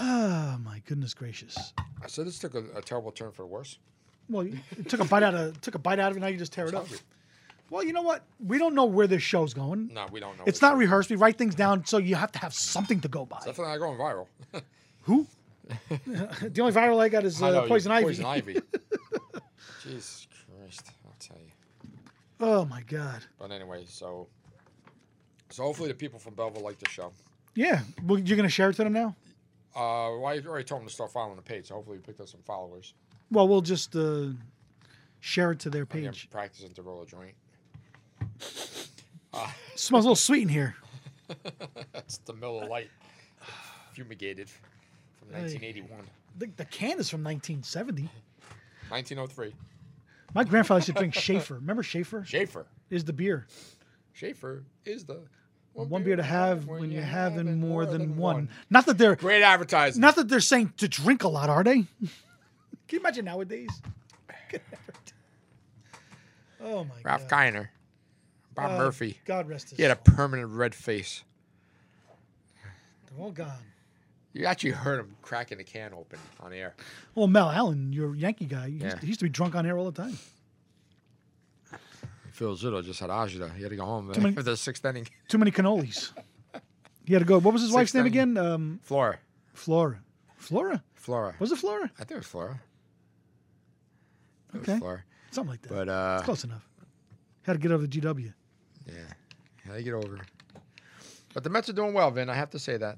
Speaker 1: Oh my goodness gracious.
Speaker 2: So this took a, a terrible turn for the worse.
Speaker 1: Well, you it took a bite out of took a bite out of it. Now you just tear it up. Well, you know what? We don't know where this show's going.
Speaker 2: No, we don't know.
Speaker 1: It's not rehearsed. We write things down, so you have to have something to go by.
Speaker 2: Definitely not going viral.
Speaker 1: Who? the only viral I got is
Speaker 2: I know,
Speaker 1: uh,
Speaker 2: you-
Speaker 1: poison, ivy.
Speaker 2: Poison ivy. Jesus Christ, I'll tell you.
Speaker 1: Oh my god.
Speaker 2: But anyway, so so hopefully the people from Belleville like the show.
Speaker 1: Yeah. Well, you're gonna share it to them now.
Speaker 2: Uh, well, I already told them to start following the page. So hopefully we picked up some followers.
Speaker 1: Well, we'll just uh, share it to their
Speaker 2: Again,
Speaker 1: page.
Speaker 2: practicing to roll a joint.
Speaker 1: Smells a little sweet in here.
Speaker 2: That's the Miller Light, fumigated from 1981,
Speaker 1: The, the can is from 1970.
Speaker 2: 1903.
Speaker 1: My grandfather used to drink Schaefer. Remember Schaefer?
Speaker 2: Schaefer.
Speaker 1: Is the beer.
Speaker 2: Schaefer is the
Speaker 1: One, beer, to have when you're having more than one. Not that they're
Speaker 2: Great advertising.
Speaker 1: not that they're saying to drink a lot, are they? Can you imagine nowadays? Good effort. oh my
Speaker 2: Ralph
Speaker 1: god.
Speaker 2: Kiner, Bob
Speaker 1: God-
Speaker 2: Murphy.
Speaker 1: God rest his
Speaker 2: He had a
Speaker 1: soul.
Speaker 2: permanent red face.
Speaker 1: They're all gone.
Speaker 2: You actually heard him cracking the can open on air.
Speaker 1: Well, Mel Allen, your Yankee guy, he, used- he used,
Speaker 2: Yeah.
Speaker 1: to be drunk on air all the time.
Speaker 2: Phil Zito just had agita. He had to go home
Speaker 1: many-
Speaker 2: for the sixth inning.
Speaker 1: Too many cannolis. He had to go. What was his wife's name
Speaker 2: Six
Speaker 1: again? Um,
Speaker 2: Flora.
Speaker 1: Flora. Flora?
Speaker 2: Flora.
Speaker 1: Was it Flora?
Speaker 2: I think it was Flora. It
Speaker 1: Okay.
Speaker 2: was Flora.
Speaker 1: Something like that.
Speaker 2: But uh,
Speaker 1: Close enough. Had to get over the GW.
Speaker 2: yeah, how do you get over? it? But the Mets are doing well, Vin. I have to say that.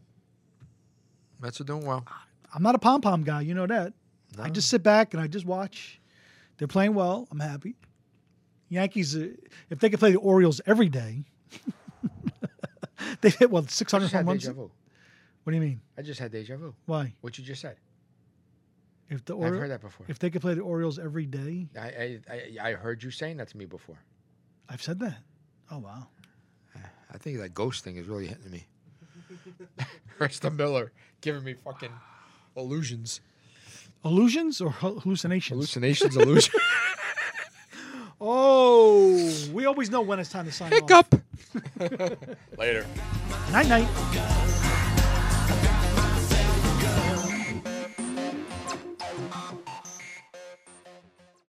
Speaker 2: Mets are doing well.
Speaker 1: I'm not a pom pom guy, you know that. I
Speaker 2: No.
Speaker 1: just sit back and I just watch. They're playing well. I'm happy. Yankees, uh, if they could play the Orioles every day, they hit what
Speaker 2: I
Speaker 1: 600
Speaker 2: just had
Speaker 1: home runs.
Speaker 2: deja
Speaker 1: What
Speaker 2: vu.
Speaker 1: do you mean?
Speaker 2: I just had deja vu.
Speaker 1: Why?
Speaker 2: What you just said.
Speaker 1: If the
Speaker 2: I've heard
Speaker 1: Orioles,
Speaker 2: that before.
Speaker 1: if they could play the Orioles every day,
Speaker 2: I, I, I I heard you saying that to me before.
Speaker 1: I've said that. Oh wow.
Speaker 2: I think that ghost thing is really hitting me. Krista Miller giving me fucking illusions,
Speaker 1: Illusions or hal- hallucinations?
Speaker 2: hallucinations, illusions.
Speaker 1: oh, we always know when it's time to sign off.
Speaker 2: Later.
Speaker 1: Night night.
Speaker 4: I